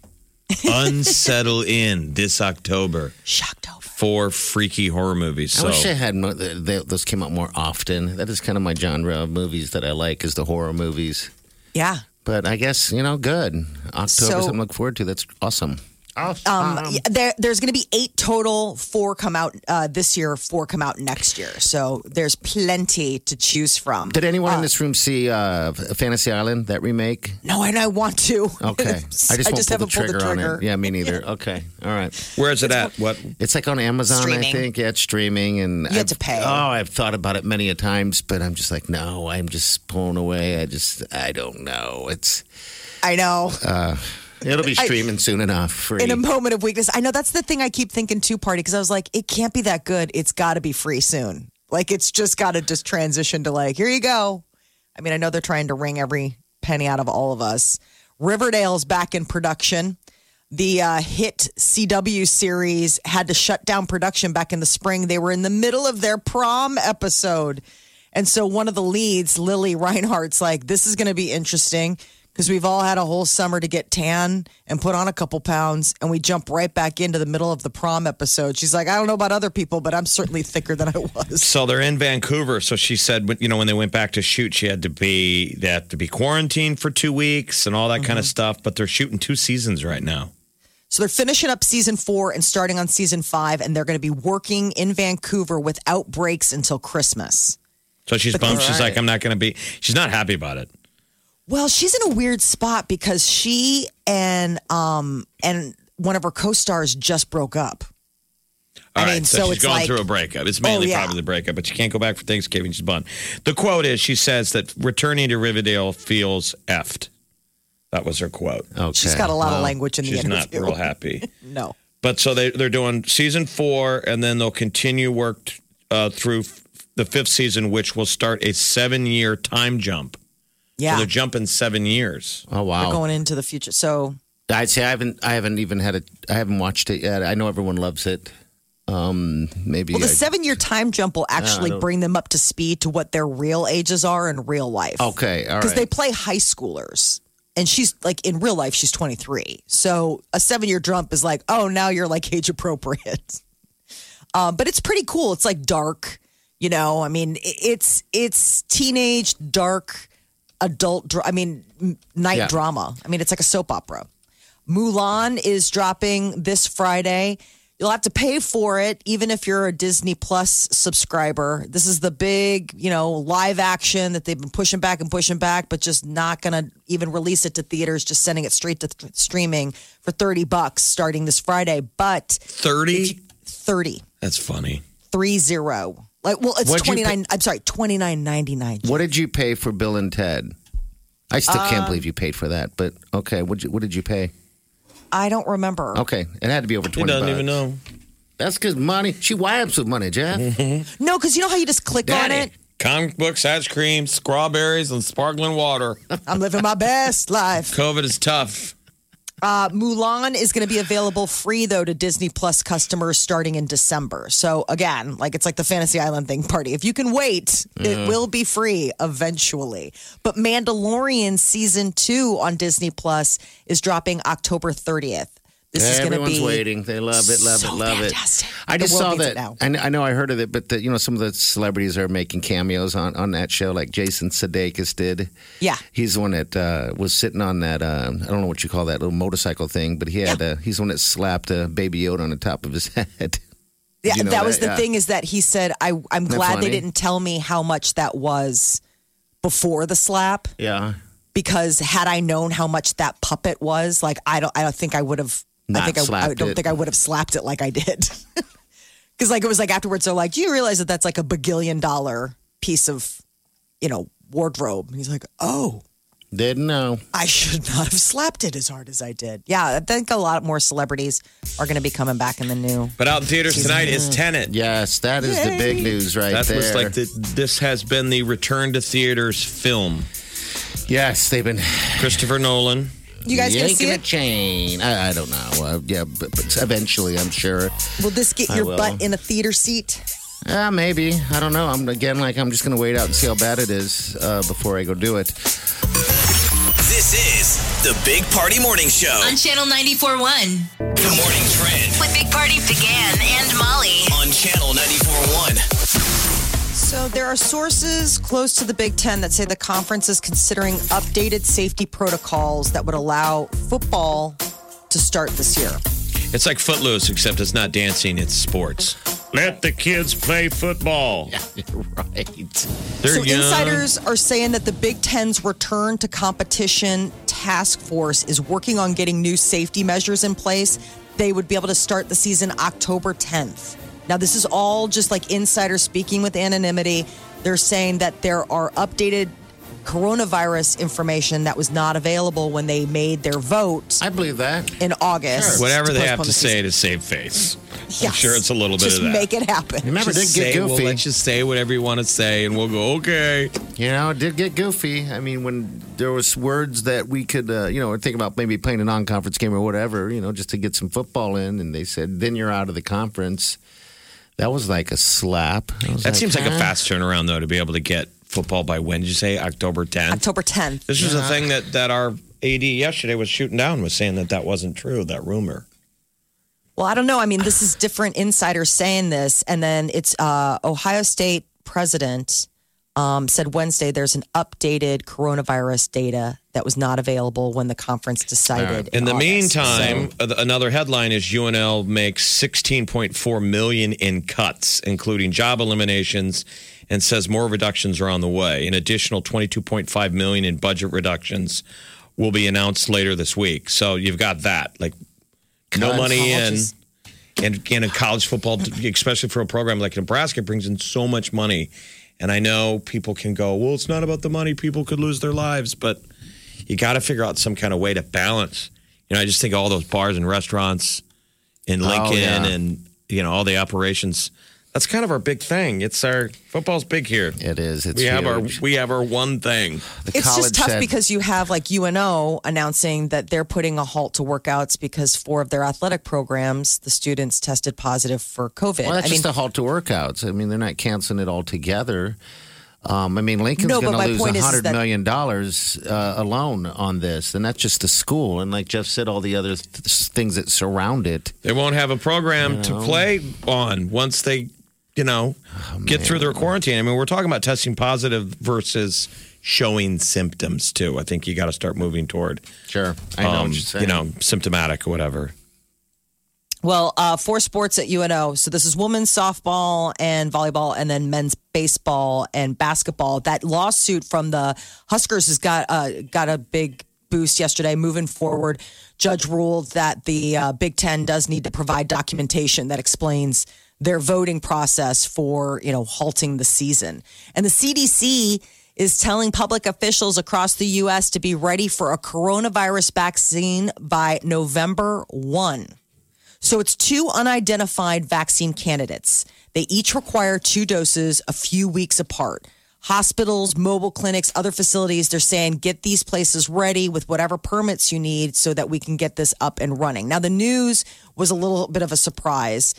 E: unsettle in this October.
C: Shocked over.
E: Four freaky horror movies.
D: I
E: So
D: wish I had mo- th th those came out more often. That is kind of my genre of movies that I like is the horror movies.
C: Yeah.
D: But I guess you know, good October
C: So-
D: something to look forward to. That's awesome. Awesome.
C: Um, yeah, there, there's going to be eight total. Four come out uh, this year. Four come out next year. So there's plenty to choose from.
D: Did anyone in this room see uh, Fantasy Island that remake?
C: No, and I want to.
D: Okay,
C: I just,
D: won't
C: haven't
D: pull the trigger,
C: pulled the trigger.
D: on it. Yeah, me neither. Okay, all right.
E: where is it at? What?
D: It's like on Amazon, I
C: Streaming.
D: think. Yeah, it's streaming, and
C: You had
D: I've-
C: to pay.
D: Oh, I've thought about it many a times, but I'm just like, no, I'm just blown away. I just, I don't know. It's
C: I know.
D: Uh, it'll be
C: I-
D: streaming soon enough. Free.
C: In a moment of weakness, I know that's the thing I keep thinking too, party, because I was like, it can't be that good. It's got to be free soon. Like it's just got to just transition to like, here you go. I mean, I know they're trying to wring every penny out of all of us. Riverdale's back in production. The uh, hit CW series had to shut down production back in the spring. They were in the middle of their prom episode. And so one of the leads, Lily Reinhardt's like, this is going to be interesting because we've all had a whole summer to get tan and put on a couple pounds. And we jump right back into the middle of the prom episode. She's like, I don't know about other people, but I'm certainly thicker than I was.
E: So they're in Vancouver. So she said, when- you know, when they went back to shoot, she had to be they had to be quarantined for two weeks and all that
D: Mm-hmm.
E: kind of stuff. But they're shooting two seasons right now.
C: So they're finishing up season four and starting on season five. And they're going to be working in Vancouver without breaks until Christmas.
E: So she's
C: But
E: bummed.
C: they're
E: She's
D: right.
E: like, I'm not going to be. She's not happy about it.
C: Well, she's in a weird spot because she and um and one of her co-stars just broke up.
E: All
C: I
E: right,
C: mean,
E: so,
C: so
E: she's
C: it's
E: going
C: like-
E: through a breakup. It's mainly
C: Oh, yeah.
E: probably the breakup, but she can't go back for Thanksgiving. She's bummed. The quote is she says that returning to Riverdale feels effed. That was her quote. Okay.
C: She's got a lot of language in the
E: she's not
C: interview.
E: real happy.
C: No.
E: But so they, they're doing season four, and then they'll continue work uh, through f- the fifth season, which will start a seven year time jump.
C: Yeah.
E: So they're jumping seven years.
D: Oh wow!
C: They're going into the future. So
D: I say I haven't. I haven't even had it. I haven't watched it yet. I know everyone loves it. Um, maybe.
C: Well, the
D: I-
C: seven year time jump will actually
D: don't-
C: bring them up to speed to what their real ages are in real life.
D: okay, all
C: Because
D: right.
C: they play high schoolers. And she's like, in real life, she's 23. So a seven year jump is like, oh, now you're like age appropriate. Um, but it's pretty cool. It's like dark, you know. I mean, i- it's it's teenage dark adult. Dr- I mean, m- night
D: Yeah.
C: drama. I mean, it's like a soap opera. Mulan is dropping this Friday. You'll have to pay for it, even if you're a Disney Plus subscriber. This is the big, you know, live action that they've been pushing back and pushing back, but just not going to even release it to theaters, just sending it straight to th- streaming for 30 bucks starting this Friday. But
E: 30?
C: 30
E: That's funny.
C: three zero. Like, well, it's
D: What'd you
C: twenty nine. I'm sorry, twenty nine ninety nine.
D: what did you pay for Bill and Ted? I still
C: Uh,
D: can't believe you paid for that. But okay, what you, what did you pay?
C: I don't remember.
D: Okay, it had to be over
E: He
D: twenty.
E: doesn't
D: bucks.
E: even know.
D: That's because money. She wipes with money, Jeff.
E: Mm-hmm.
C: No, because you know how you just click on it.
E: Comic books, ice cream, strawberries, and sparkling water.
C: I'm living my best life.
E: COVID is tough.
C: Uh, Mulan is going to be available free though to Disney Plus customers starting in December. So again, like it's like the Fantasy Island thing party. If you can wait, it will be free eventually. But Mandalorian season two on Disney Plus is dropping October thirtieth. This is going to
D: Everyone's
C: be
D: waiting. They love it, love
C: so
D: it, love
C: fantastic.
D: it. I
C: The
D: just
C: world
D: saw
C: needs
D: that.
C: it now.
D: I, kn- I know I heard of it, but the, you know some of the celebrities are making cameos on, on that show, like Jason Sudeikis did.
C: Yeah.
D: he's the one that uh, was sitting on that. Uh, I don't know what you call that little motorcycle thing, but he had. Uh, he's the one that slapped a baby Yoda on the top of his head.
C: Yeah,
D: you know
C: that was
D: that?
C: the
D: Yeah.
C: thing is that he said, I, I'm
D: that
C: glad they
D: funny?
C: didn't tell me how much that was before the slap
D: yeah,
C: because had I known how much that puppet was, like I don't, I don't think I would have. I
D: Not
C: think I, I
D: slapped
C: don't
D: it.
C: think I would have slapped it like I did. Because like it was like afterwards, they're like, "Do you realize that that's like a bagillion dollar piece of, you know, wardrobe?" And he's like, "Oh,
D: didn't know.
C: I should not have slapped it as hard as I did." Yeah, I think a lot more celebrities are going to be coming back in the new.
E: But out in theaters tonight is Tenet.
D: Yes, that is the big news right
E: That
D: there.
E: was like the, this has been the return to theaters film.
D: yes, they've been
E: Christopher Nolan.
C: You guys going to see
D: yanking
C: it?
D: a chain. I, I don't know. Uh, yeah, but, but eventually, I'm sure.
C: Will this get
D: I
C: your
D: will.
C: butt in a theater seat?
D: Yeah, Uh, maybe. I don't know. I'm again like I'm just gonna wait out and see how bad it is uh, before I go do it.
A: This is the Big Party Morning Show.
B: On Channel 94.1
A: The morning trend
B: with Big Party began and Molly.
A: on Channel 94.1.
C: So there are sources close to the Big Ten that say the conference is considering updated safety protocols that would allow football to start this year.
E: It's like Footloose, except it's not dancing, it's sports. Let the kids play football.
D: right.
E: They're
C: so
E: young.
C: insiders are saying that the Big Ten's return to competition task force is working on getting new safety measures in place. They would be able to start the season October 10th. Now, this is all just like insiders speaking with anonymity. They're saying that there are updated coronavirus information that was not available when they made their vote
D: I believe that.
C: in August.
E: Whatever they have
C: postpone
E: to
C: the
E: say
C: season.
E: to save face. I'm
C: Yes.
E: sure it's a little bit
C: Just
E: of that.
C: make it happen.
D: Remember,
E: Just
D: it did get
E: say- We'll
D: goofy.
E: let you say whatever you want to say, and we'll go, okay.
D: You know, it did get goofy. I mean, when there was words that we could, uh, you know, think about maybe playing a non-conference game or whatever, you know, just to get some football in, and they said then you're out of the conference. That was like a slap. I was
E: That seems like a
D: huh?
E: fast turnaround, though, to be able to get football by when did you say? October 10th?
C: October 10th.
E: This is the thing that, that our AD yesterday was shooting down, was saying that that wasn't true, that rumor.
C: Well, I don't know. I mean, this is different insiders saying this, and then it's uh, Ohio State president um, said Wednesday there's an updated coronavirus data that was not available when the conference decided.
E: In the
C: August.
E: meantime, uh, another headline is UNL makes 16.4 million in cuts, including job eliminations, and says more reductions are on the way. An additional 22.5 million in budget reductions will be announced later this week. So you've got that, like no
D: Cuts.
E: money
C: How much
E: in,
C: is-
E: And, and in college football, especially for a program like Nebraska, brings in so much money. And I know people can go, well, it's not about the money. People could lose their lives, but you got to figure out some kind of way to balance. You know, I just think all those bars and restaurants in
D: Oh,
E: Lincoln
D: yeah.
E: and, you know, all the operations. That's kind of our big thing. It's our football's big here.
D: It is. It's
E: we have
D: huge.
E: our we have our one thing.
C: it's just tough because you have like UNO announcing that they're putting a halt to workouts because four of their athletic programs, the students tested positive for COVID.
D: Well, that's
C: I mean,
D: just a halt to workouts. I mean, they're not canceling it altogether. Um, I mean, Lincoln's
C: No, but
D: going to
C: my
D: lose
C: point is- is
D: hundred
C: that-
D: million dollars uh, alone on this, and that's just the school. And like Jeff said, all the other th- things that surround it.
E: They won't have a program to
D: No. Oh,
E: play on once they, you know, get through their quarantine. I mean, we're talking about testing positive versus showing symptoms too. I think you got to start moving toward um,
D: Sure, I know what you're
E: you know, symptomatic or whatever.
C: Well, uh, four sports at UNO. So this is women's softball and volleyball, and then men's baseball and basketball. That lawsuit from the Huskers has got uh, got a big boost yesterday. Moving forward, judge ruled that the uh, Big Ten does need to provide documentation that explains their voting process for you know halting the season, and the CDC is telling public officials across the U.S. to be ready for a coronavirus vaccine by November one. So it's two unidentified vaccine candidates. They each require two doses a few weeks apart. Hospitals, mobile clinics, other facilities, they're saying get these places ready with whatever permits you need so that we can get this up and running. Now, the news was a little bit of a surprise,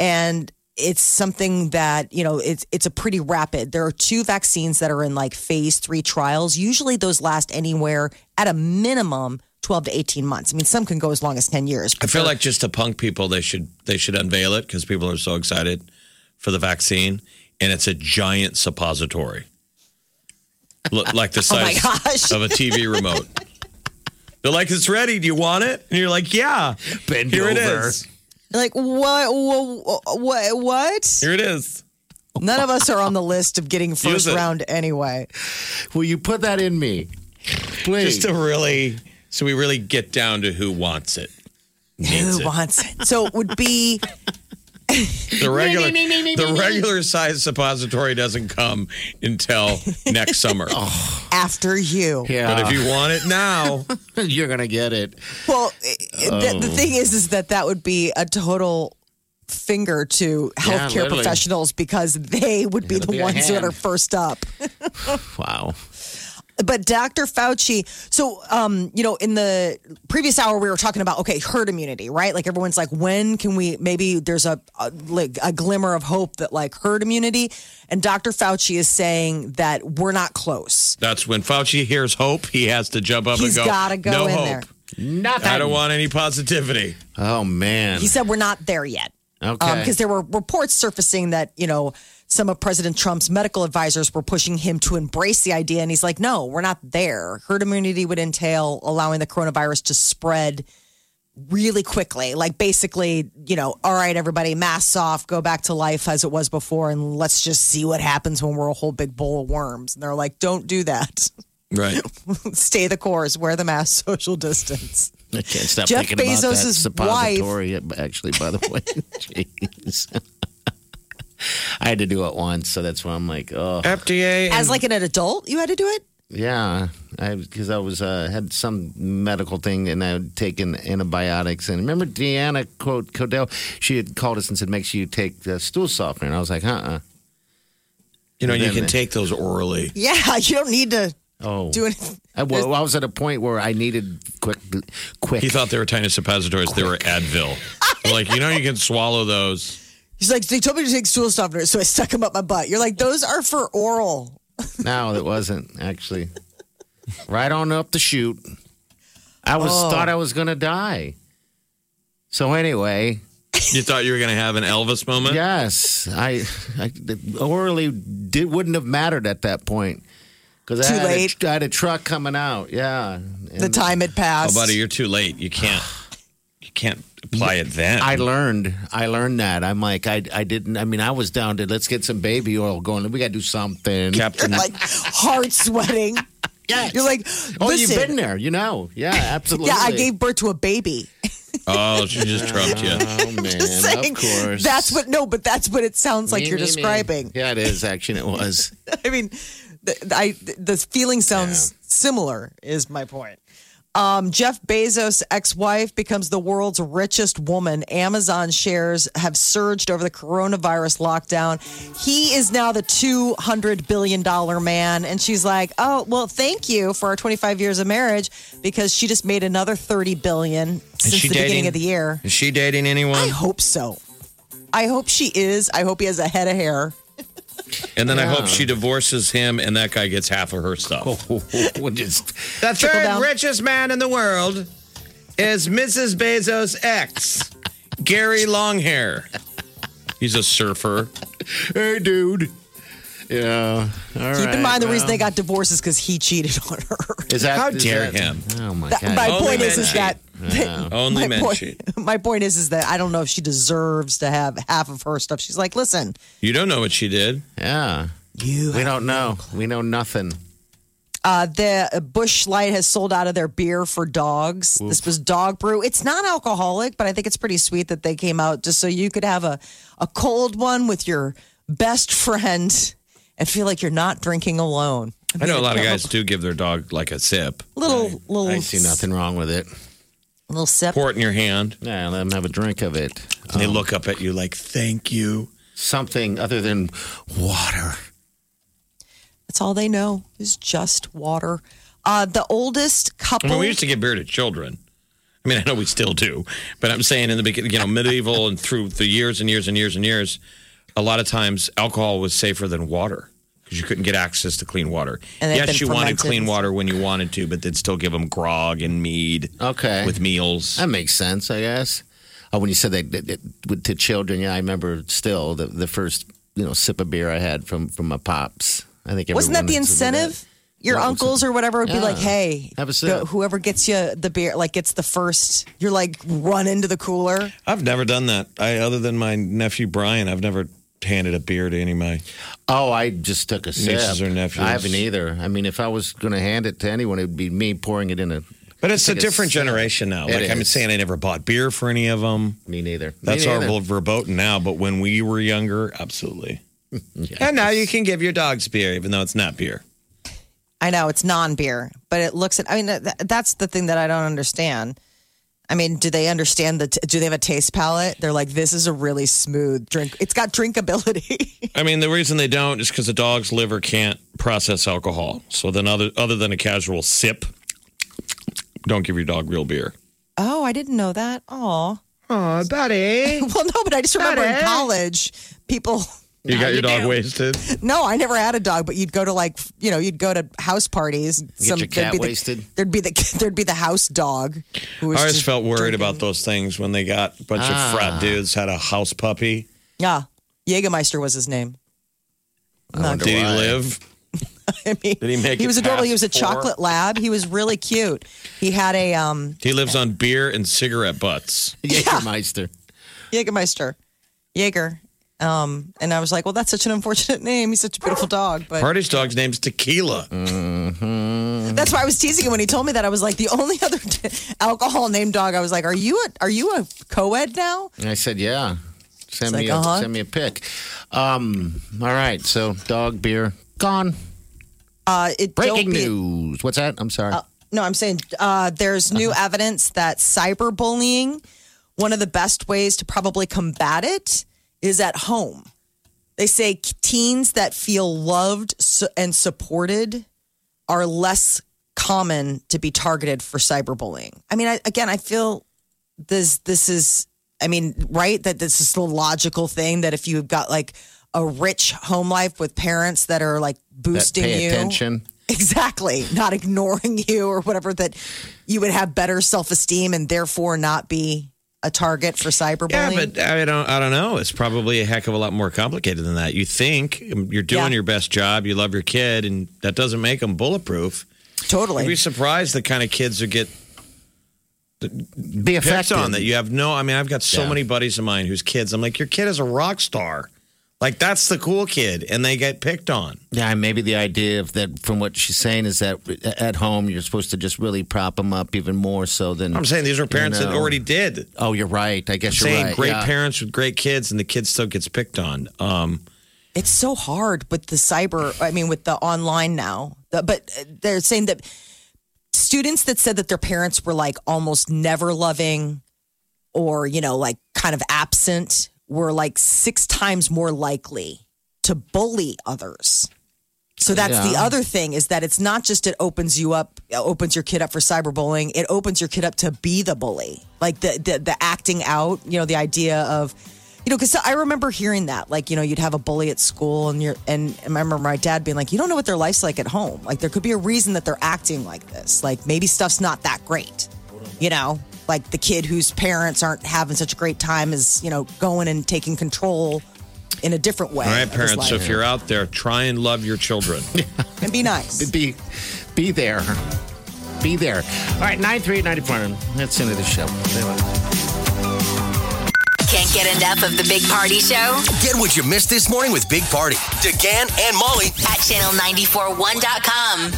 C: and it's something that, you know, it's, it's a pretty rapid. There are two vaccines that are in like phase three trials. Usually those last anywhere at a minimum 12 to 18 months. I mean, some can go as long as 10 years.
E: I
C: but
E: feel
C: they're-
E: like just to punk people, they should they should unveil it because people are so excited for the vaccine, and it's a giant suppository, L- like the
C: Oh my
E: size
C: gosh.
E: of a TV remote. They're like, "It's ready. Do you want it?" And you're like, "Yeah."
D: Bend
E: Here it
D: over.
E: is.
C: Like what? What? What? what?
E: Here it is.
C: None of us are on the list of getting
E: Use
C: first
E: it.
C: round anyway.
D: Will you put that in me, please?
E: Just to really, so we really get down to who wants it. Needs
C: Who
E: it.
C: wants it? So it would be
E: The regular, the regular size suppository doesn't come until next summer.
C: after you.
D: Oh, yeah,
E: But if you want it now,
D: you're gonna get it.
C: Well, i i- the,
E: Oh.
C: the thing is, is that that would be a total finger to
D: Yeah,
C: healthcare
D: literally.
C: professionals because they would be
D: It'll
C: the
D: be a
C: ones that
D: hand.
C: are first up.
D: Wow.
C: but Dr. Fauci, so um, you know, in the previous hour we were talking about okay, herd immunity, right? Like everyone's like, when can we? Maybe there's a, a like a glimmer of hope that like herd immunity, and Dr. Fauci is saying that we're not close.
E: that's when Fauci hears hope. He has to jump up
C: He's
E: and go.
C: got to go
E: no
C: in
E: hope.
C: there.
D: Nothing.
E: I don't want any positivity.
D: oh man.
C: He said we're not there yet.
D: Okay.
C: Because there were reports surfacing that, you know, some of President Trump's medical advisors were pushing him to embrace the idea. And he's like, no, we're not there. Herd immunity would entail allowing the coronavirus to spread really quickly. Like, basically, you know, all right, everybody, masks off, go back to life as it was before, and let's just see what happens when we're a whole big bowl of worms. And they're like, don't do that.
E: Right.
C: Stay the course, wear the mask, social distance.
D: I can't stop
C: Jeff
D: thinking about that
C: Bezos's wife-
D: suppository. Actually, by the way, jeez, I had to do it once, so that's why I'm like, oh,
E: FDA.
C: As like an adult, you had to do it?
D: yeah, I because I was uh, had some medical thing and I would taken antibiotics. And remember, Deanna quote Codell, she had called us and said, make sure you take the stool softener. And I was like, uh, uh
E: you know, you
D: Then
E: can
D: they-
E: take those orally.
C: Yeah, you don't need to
D: oh.
C: do anything.
D: I, well, I was at a point where I needed quick, quick.
E: He thought they were tiny suppositories. They were Advil. like you know, you can swallow those.
C: He's like, they told me to take stool softeners, so I stuck them up my butt. You're like, those are for oral.
D: No, it wasn't actually. right on up the chute. I was
C: Oh.
D: thought I was gonna die. So anyway,
E: You thought you were going to have an Elvis moment.
D: yes, I, I orally did, wouldn't have mattered at that point because I,
C: Too
D: had a-
C: late.
D: I had a truck coming out. Yeah,
C: the
D: And
C: time had passed.
E: Oh, buddy, you're too late. You can't. You can't apply it then.
D: I learned. I learned that. I'm like, I, I didn't. I mean, I was down to let's get some baby oil going. We got to do something.
E: Captain.
C: You're like hard sweating.
D: Yes.
C: You're like,
D: oh,
C: listen,
D: you've been there. You know. Yeah, absolutely.
C: yeah, I gave birth to a baby.
E: Oh, she just trumped you.
D: Oh man,
C: Just saying,
D: of course.
C: That's what no, but that's what it sounds like
D: Me,
C: you're
D: me, me.
C: describing.
D: Yeah, it is. Actually, it was.
C: I mean, th- I th- the feeling sounds similar. Is my point. Um, Jeff Bezos' ex-wife becomes the world's richest woman. Amazon shares have surged over the coronavirus lockdown. He is now the two hundred billion dollar man, and she's like, "Oh, well, thank you for our twenty-five years of marriage," because she just made another thirty billion since the beginning of the year.
E: Is she dating anyone?
C: I hope so. I hope she is. I hope he has a head of hair.
E: and then I hope she divorces him and that guy gets half of her stuff.
D: We'll just
E: The third
C: down.
E: richest man in the world is Mrs. Bezos' ex, Gary Longhair. He's a surfer.
D: hey, dude. Yeah. All
C: Keep
D: right,
C: in mind the
D: well.
C: reason they got divorced is because he cheated on her.
D: Is that
E: How
D: is
E: dare
D: that-
E: him.
D: Oh my
C: That-
D: god.
C: my
E: Only
C: point is,
E: men
C: is
E: cheat.
C: that
E: Only
C: my
E: men
C: point,
E: cheat.
C: my point is, is that I don't know if she deserves to have half of her stuff. She's like, listen,
E: You don't know what she did.
D: yeah.
C: you.
D: We don't know. We know nothing.
C: Uh, the Bush Light has sold out of their beer for dogs. This was dog brew. It's not alcoholic, but I think it's pretty sweet that they came out just so you could have a a cold one with your best friend and feel like you're not drinking alone.
E: I know a lot of guys do give their dog like a sip.
C: Little little
D: I see nothing wrong with it.
C: little sip.
E: Pour it in your hand.
D: Yeah, let them have a drink of it. Um,
E: And they look up at you like, thank you.
D: Something other than water.
C: That's all they know is just water. Uh, the oldest
E: I
C: couple.
E: mean, we used to give beer to children. I mean, I know we still do, but I'm saying in the beginning, you know, medieval and through the years and years and years and years, a lot of times alcohol was safer than water because you couldn't get access to clean water.
C: And they've
E: yes,
C: been
E: you wanted
C: fermented.
E: clean water when you wanted to, but they'd still give them grog and mead
D: Okay.
E: with meals.
D: That makes sense, I guess. Oh, when you said that, that, that with, to children, yeah, I remember still the, the first you know sip of beer I had from from my pops. I think
C: wasn't that the
D: everyone did
C: incentive? Your
D: What was
C: uncles or whatever would be like, "Hey,
D: Have a sip.
C: go- whoever gets you the beer, like gets the first. You're like run into the cooler.
E: I've never done that. I, other than my nephew Brian, I've never handed a beer to any of my.
D: Oh, I just took a sip.
E: Nieces or nephews.
D: I haven't either. I mean, if I was going to hand it to anyone, it would be me pouring it in a.
E: But it's a
D: Like a
E: different
D: sip.
E: generation now.
D: It
E: Like I'm
D: is.
E: saying, I never bought beer for any of them.
D: Me neither.
E: That's
D: me
E: our
D: neither.
E: verboten now, but when we were younger, absolutely. And now you can give your dogs beer, even though it's not beer.
C: I know it's non-beer, but it looks. I mean, th- that's the thing that I don't understand. I mean, do they understand the? T- do they have a taste palette? They're like, this is a really smooth drink. It's got drinkability.
E: I mean, the reason they don't is because the dog's liver can't process alcohol. So then, other other than a casual sip, don't give your dog real beer.
C: oh, I didn't know that. Oh,
E: Oh, buddy,
C: well, no, but I just remember in college, people.
E: you got your dog wasted.
C: No, I never had a dog, but you'd go to like you know you'd go to house parties.
D: Get your
C: there'd
D: cat
C: be the-
D: wasted?
C: There'd be the there'd be the house dog.
E: I
C: Who was
E: always
C: just- Ah.
E: felt worried about those things when they got a bunch of frat dudes had a house puppy.
C: yeah, Jägermeister was his name.
E: Did he live?
C: I mean,
E: Did he make
C: He
E: it
C: was adorable. He was
E: past
C: a chocolate lab. He was really cute. He had a um
E: He lives on beer and cigarette butts.
D: Jägermeister.
C: Jägermeister, Jaeger. Um, and I was like, well, that's such an unfortunate name. He's such a beautiful dog, but Mm-hmm.
E: Party's dog's name's Tequila.
C: That's why I was teasing him when he told me that. I was like, the only other alcohol named dog. I was like, are you a are you a co-ed now?
D: And I said, "Yeah, send
C: It's like,
D: me a,
C: uh-huh.
D: send me a pic." Um, all right, so dog beer gone.
C: Uh, it
D: Breaking
C: don't be-
D: news. What's that? I'm sorry.
C: No, I'm saying uh, there's new
D: Uh-huh.
C: evidence that cyberbullying, one of the best ways to probably combat it is at home. They say teens that feel loved su- and supported are less common to be targeted for cyberbullying. I mean, I, again, I feel this this is I mean, right that this is the logical thing that if you've got like a rich home life with parents that are like
D: that
C: boosting
D: pay
C: you
D: attention.
C: Exactly. Not ignoring you or whatever, that you would have better self esteem and therefore not be a target for cyberbullying.
E: Yeah, but I don't. I don't know. It's probably a heck of a lot more complicated than that. You think you're doing
C: Yeah.
E: your best job. You love your kid, and that doesn't make them bulletproof. You'd
C: totally.
E: be surprised the kind of kids that get
D: Be
E: picked
D: effective
E: on that you have no. I mean, I've got so
D: Yeah.
E: many buddies of mine whose kids. I'm like, your kid is a rock star. Like that's the cool kid, and they get picked on.
D: Yeah, and maybe the idea of that from what she's saying is that at home you're supposed to just really prop them up even more so than
E: I'm saying these are
D: Mm. you
E: parents that
D: know.
E: already did.
D: Oh, you're right. I guess you're
E: saying
D: right.
E: great
D: yeah.
E: parents with great kids, and the kid still gets picked on. Um,
C: It's so hard with the cyber, I mean, with the online now. The- But they're saying that students that said that their parents were like almost never loving or, you know, like kind of absent were like six times more likely to bully others. So that's the
D: Yeah.
C: other thing is that it's not just it opens you up, it opens your kid up for cyberbullying. It opens your kid up to be the bully, like the the, the acting out. You know, the idea of, you know, because I remember hearing that, like you know, you'd have a bully at school, and you're, and I remember my dad being like, you don't know what their life's like at home. Like there could be a reason that they're acting like this. Like maybe stuff's not that great. You know, like the kid whose parents aren't having such a great time is you know going and taking control in a different way.
E: all right,
C: of his
E: parents, so
C: life.
E: if you're out there, try and love your children.
C: and be nice.
D: Be, be there. Be there. All right, 93894. That's the end of the show.
B: Can't get enough of the Big Party Show
A: Get what you missed this morning with Big Party, DeGan and Molly.
B: at channel941.com.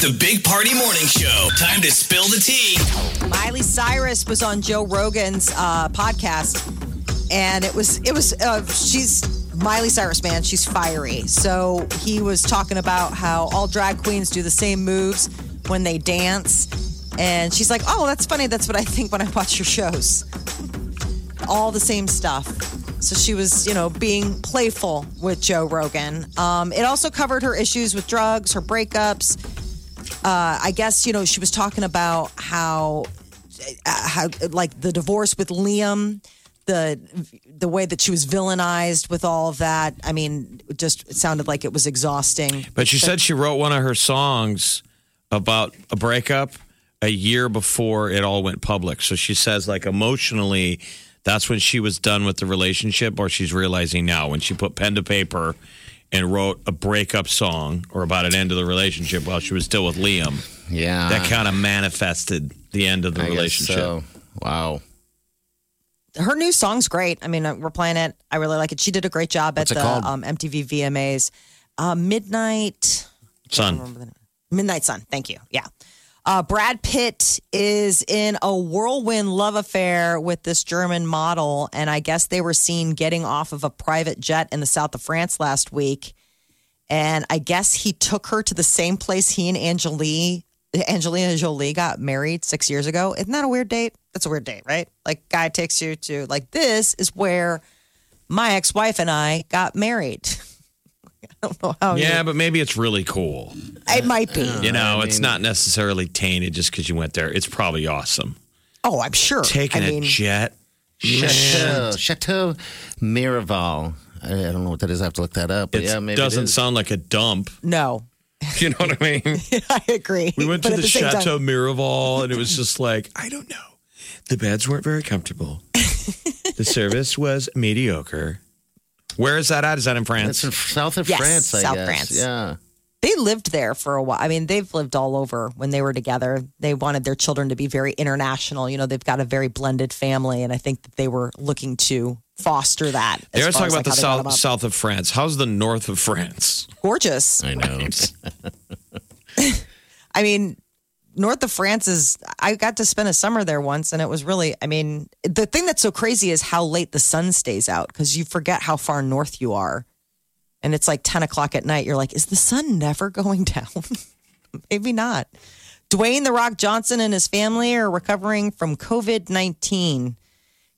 A: The Big Party Morning Show. Time to spill the tea.
C: Miley Cyrus was on Joe Rogan's uh, podcast, and it was it was uh, she's Miley Cyrus, man, she's fiery. So he was talking about how all drag queens do the same moves when they dance, and she's like, "Oh, that's funny. That's what I think when I watch your shows. All the same stuff." So she was, you know, being playful with Joe Rogan. Um, it also covered her issues with drugs, her breakups uh, I guess you know she was talking about how uh, how like the divorce with Liam, the the way that she was villainized with all of that. I mean, it just it sounded like it was exhausting.
E: But she said she wrote one of her songs about a breakup a year before it all went public. So she says, like, emotionally, that's when she was done with the relationship, or she's realizing now when she put pen to paper and wrote a breakup song or about an end of the relationship while she was still with Liam.
D: Yeah.
E: That kind of manifested the end of the
D: I guess
E: relationship.
D: so. Wow.
C: Her new song's great. I mean, uh, we're playing it. I really like it. She did a great job
D: What's
C: at
D: it
C: the
D: called?
C: um, MTV VMAs. Uh, Midnight.
E: Son.
C: Midnight Sun. Thank you. Yeah. Uh, Brad Pitt is in a whirlwind love affair with this German model, and I guess they were seen getting off of a private jet in the south of France last week. And I guess he took her to the same place he and Angelie, Angelina Jolie got married six years ago. Isn't that a weird date? That's a weird date, right? Like, guy takes you to, like, this is where my ex wife and I got married. I don't know how. you-
E: Yeah, but maybe it's really cool.
C: It might
D: Uh,
C: be.
E: You know, it's not necessarily tainted just because you went there. It's probably awesome.
C: Oh, I'm sure.
E: Taking
C: I
E: a
C: mean,
E: jet.
D: Chateau, Chateau Miraval. I, I don't know what that is. I have to look that up. But
E: It
D: yeah, maybe
E: doesn't
D: it is.
E: sound like a dump.
C: no,
E: You know what I mean?
C: I agree.
E: We went to
C: But
E: the,
C: at same time-
E: Chateau Miraval, and it was just like I don't know. The beds weren't very comfortable. the service was mediocre. Where is that at? Is that in France?
D: It's in south of
C: Yes,
D: France, I
C: south
D: guess.
C: France.
D: Yeah.
C: They lived there for a while. I mean, they've lived all over when they were together. They wanted their children to be very international. You know, they've got a very blended family, and I think that they were looking to foster that. as
E: they always talk
C: far as,
E: about
C: like,
E: the
C: how
E: south
C: they brought them up.
E: south of France. How's the north of France?
C: Gorgeous.
D: I know.
C: I mean, north of France is. I got to spend a summer there once, and it was really. I mean, the thing that's so crazy is how late the sun stays out because you forget how far north you are, and it's like ten o'clock at night. You're like, is the sun never going down? Maybe not. Dwayne the Rock Johnson and his family are recovering from COVID nineteen.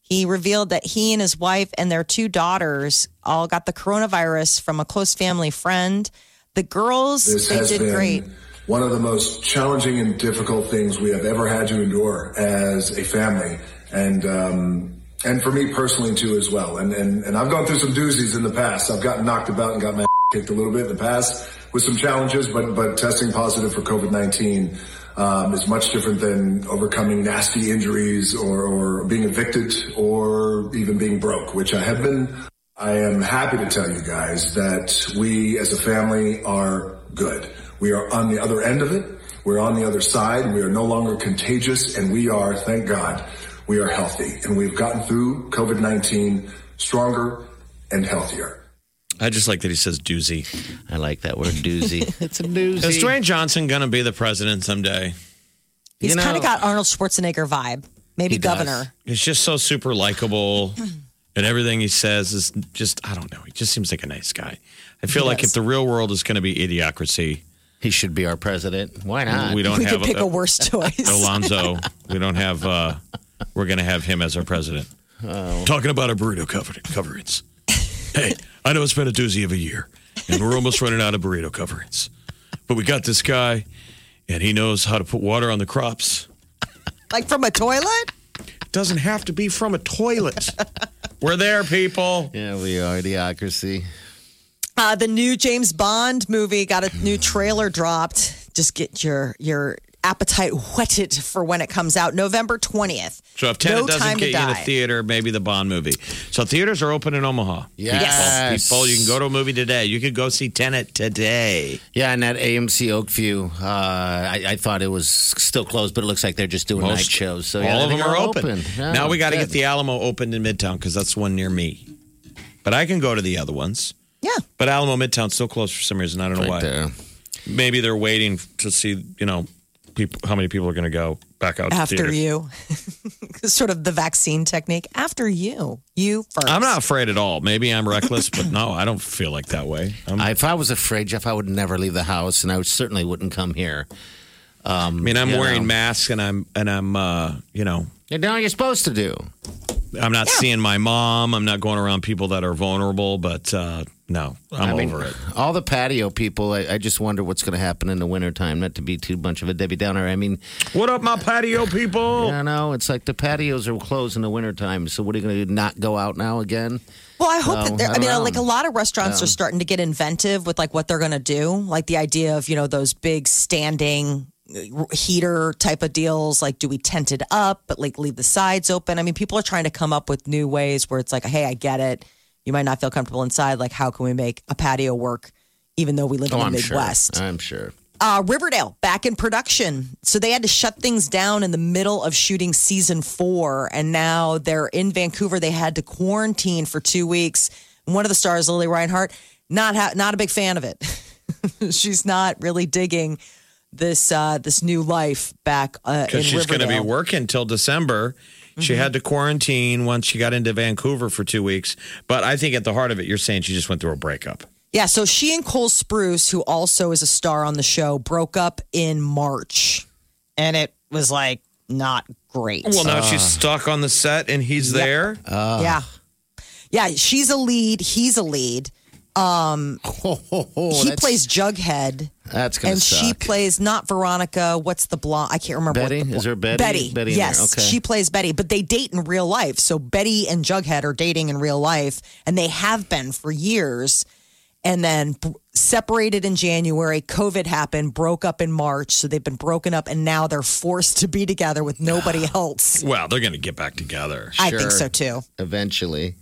C: He revealed that he and his wife and their two daughters all got the coronavirus from a close family friend. The girls,
F: This
C: they
F: has
C: did
F: been
C: great.
F: one of the most challenging and difficult things we have ever had to endure as a family, and um, and for me personally too as well. And and and I've gone through some doozies in the past. I've gotten knocked about and got my kicked a little bit in the past with some challenges, but but testing positive for COVID nineteen. Um, is much different than overcoming nasty injuries or, or being evicted or even being broke, which I have been I am happy to tell you guys that we as a family are good. We are on the other end of it. We're on the other side. We are no longer contagious and we are, thank God, we are healthy and we've gotten through COVID-19 stronger and healthier.
E: I just like that he says doozy.
D: I like that word doozy. it's a doozy.
E: Is Dwayne Johnson going to be the president someday?
C: He's
E: You know-
C: kind of got Arnold Schwarzenegger vibe. Maybe
E: He does.
C: governor.
E: He's just so super likable. And everything he says is just, I don't know. He just seems like a nice guy. I feel
C: He
E: like
C: does.
E: if the real world is going to be idiocracy,
D: He should be our president. Why not?
E: we don't
C: we
E: have uh,
C: could pick a, worse choice.
E: Alonzo. we don't have, uh, we're going to have him as our president.
D: Oh.
E: Talking about our burrito cover- coverings. hey, I know it's been a doozy of a year, and we're almost running out of burrito coverings. But we got this guy, and he knows how to put water on the crops.
C: like from a toilet?
E: doesn't have to be from a toilet. We're there, people.
D: Yeah, we are idiocracy.
C: Uh, the new James Bond movie got a new trailer dropped. Just get your your appetite whetted for when it comes out, November twentieth.
E: So if Tenet
C: no
E: doesn't
C: time
E: get
C: to
E: you
C: die.
E: in a theater, maybe the Bond movie. So theaters are open in Omaha.
D: Yes.
E: People, people, you can go to a movie today. You could go see Tenet today.
D: Yeah, and that AMC Oakview, uh, I, I thought it was still closed, but it looks like they're just doing night shows. So yeah,
E: all of
D: they
E: them are open.
D: Yeah,
E: now we got to
D: good.
E: get the Alamo opened in Midtown because that's the one near me. But I can go to the other ones.
C: Yeah,
E: But Alamo Midtown's still closed for some reason. I don't know
D: right
E: why.
D: there.
E: Maybe they're waiting to see, you know, people how many people are going to go back out to
C: after
E: theaters.
C: you, sort of the vaccine technique. After you, you first.
E: I'm not afraid at all. Maybe I'm reckless, but no, I don't feel like that way. I'm,
D: I- If I was afraid, Jeff, I would never leave the house, and I would, certainly wouldn't come here. Um,
E: I mean, I'm
D: You
E: wearing
D: know.
E: masks and I'm and I'm uh, you know,
D: You know, you're supposed to do.
E: I'm not seeing my mom. I'm not going around people that are vulnerable, but uh, no, I'm
D: I mean,
E: over it.
D: All the patio people, I, I just wonder what's going to happen in the wintertime. Not to be too much of a Debbie Downer. I mean,
E: What up, my patio people?
D: I know it's like the patios are closed in the wintertime. So what are you going to do? Not go out now again?
C: Well, I hope
D: No,
C: that they're,
D: Um, I
C: I mean,
D: don't know.
C: like a lot of restaurants are starting to get inventive with like what they're going to do, like the idea of you know those big standing uh, heater type of deals. Like, do we tent it up, but like leave the sides open? I mean, people are trying to come up with new ways where it's like, hey, I get it. You might not feel comfortable inside. Like, how can we make a patio work, even though we live
D: Oh,
C: in the
D: I'm
C: Midwest?
D: sure. I'm sure.
C: uh, Riverdale back in production. So they had to shut things down in the middle of shooting season four, and now they're in Vancouver. They had to quarantine for two weeks. And one of the stars, Lily Reinhart, not ha- not a big fan of it. She's not really digging this uh, this new life back uh, in
E: Because she's going to be
C: Riverdale. Mm-hmm.
E: working till December. She had to quarantine once she got into Vancouver for two weeks. But I think at the heart of it, you're saying she just went through a breakup.
C: yeah, so she and Cole Spruce, who also is a star on the show, broke up in March, and it was like not great.
E: Well, now she's stuck on the set and he's there.
C: yeah. Yeah, she's a lead. He's a lead. Um,
D: Oh, oh, oh,
C: he
D: that's-
C: plays Jughead,
D: That's going
C: and
D: to
C: she plays not Veronica. What's the blonde? I can't remember. what
D: Betty?
C: the blo-
D: Is there Betty?
C: Betty.
D: Betty in
C: yes,
D: there, okay.
C: she plays Betty, but they date in real life. So Betty and Jughead are dating in real life, and they have been for years. And then b- separated in January, COVID happened, broke up in March. So they've been broken up, and now they're forced to be together with nobody else.
E: Well, they're going to get back together.
C: I think so too.
D: eventually.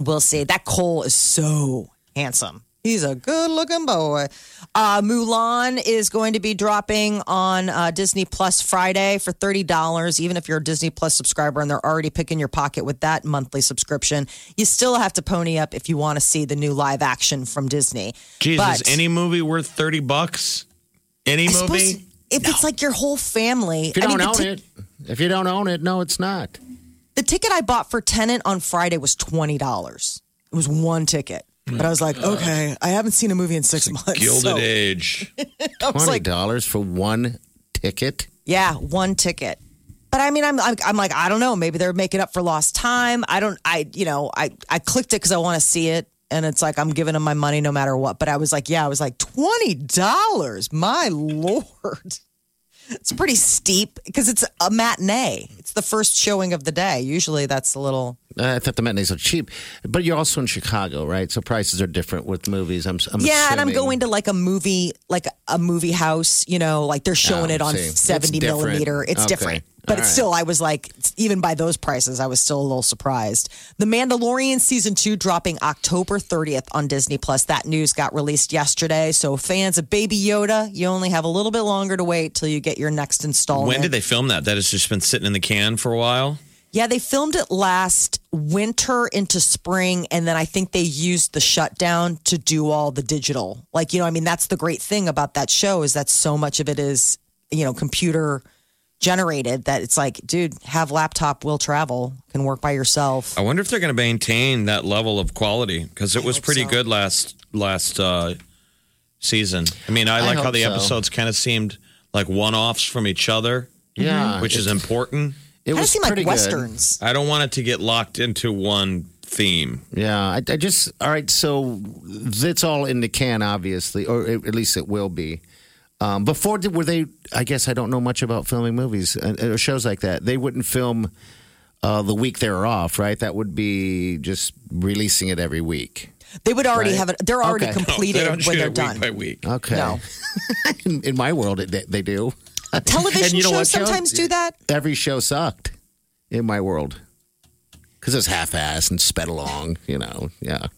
C: We'll see. That Cole is so handsome. He's a good looking boy. Uh, Mulan is going to be dropping on uh, Disney Plus Friday for $30. Even if you're a Disney Plus subscriber and they're already picking your pocket with that monthly subscription, you still have to pony up if you want to see the new live action from Disney.
E: Jesus,
C: But-
E: any movie worth 30 bucks? Any
C: I suppose
E: movie?
C: If it's like your whole family,
D: If you
C: I
D: don't
C: mean, the
D: own
C: ti-
D: it, if you don't own it, no, it's not.
C: The ticket I bought for Tenant on Friday was twenty dollars. It was one ticket, but I was like,
D: Mm.
C: okay, I haven't seen a movie in six months.
E: Gilded
C: so-
E: Age.
C: I was
D: Twenty
C: like,
D: dollars for one ticket.
C: yeah, one ticket. But I mean, I'm, I'm I'm like, I don't know. Maybe they're making up for lost time. I don't. I you know, I I clicked it because I want to see it, and it's like I'm giving them my money no matter what. But I was like, yeah, I was like twenty dollars. My lord. It's pretty steep because it's a matinee. It's the first showing of the day. Usually, that's a little
D: I thought the matinees are cheap, but you're also in Chicago, right? So prices are different with movies. I'm, I'm
C: Yeah, and I'm
D: assuming.
C: going to like a movie, like a movie house. You know, like they're showing
D: Oh,
C: it on
D: see. It's
C: 70
D: different.
C: millimeter. It's
D: Okay.
C: different, but
D: All
C: it's
D: right.
C: still. I was like, even by those prices, I was still a little surprised. The Mandalorian season two dropping October 30th on Disney Plus. That news got released yesterday, so fans of Baby Yoda, you only have a little bit longer to wait till you get your next installment.
E: When did they film that? That has just been sitting in the can for a while.
C: Yeah, they filmed it last winter into spring, and then I think they used the shutdown to do all the digital. Like, you know, I mean, that's the great thing about that show is that so much of it is, you know, computer generated that it's like, dude, have laptop, will travel, can work by yourself.
E: I wonder if they're going to maintain that level of quality because it was pretty good last last uh, season. I mean, I
D: I
E: like how
D: hope
E: the
D: so.
E: episodes kind of seemed like one offs from each other.
D: Yeah.
E: which is
D: It-
E: important.
D: It
C: Kinda
D: was
C: seem like
D: pretty good.
C: westerns.
E: I don't want it to get locked into one theme.
D: Yeah, I, I just all right. So it's all in the can, obviously, or at at least it will be. Um, before did, were they? I guess I don't know much about filming movies and, or shows like that. They wouldn't film uh, the week they're off, right? That would be just releasing it every week.
C: They would already
D: Right.
C: have it. They're already
D: Okay. No, they
C: completed
E: don't
C: when
E: shoot
C: they're
E: it
C: done.
E: week by week.
D: Okay.
C: No.
D: in, in my world, it, they do.
C: Television
D: And you know
C: shows
D: what, Joe?
C: sometimes do that.
D: Every show sucked in my world because it's half-assed and sped along. You know, yeah.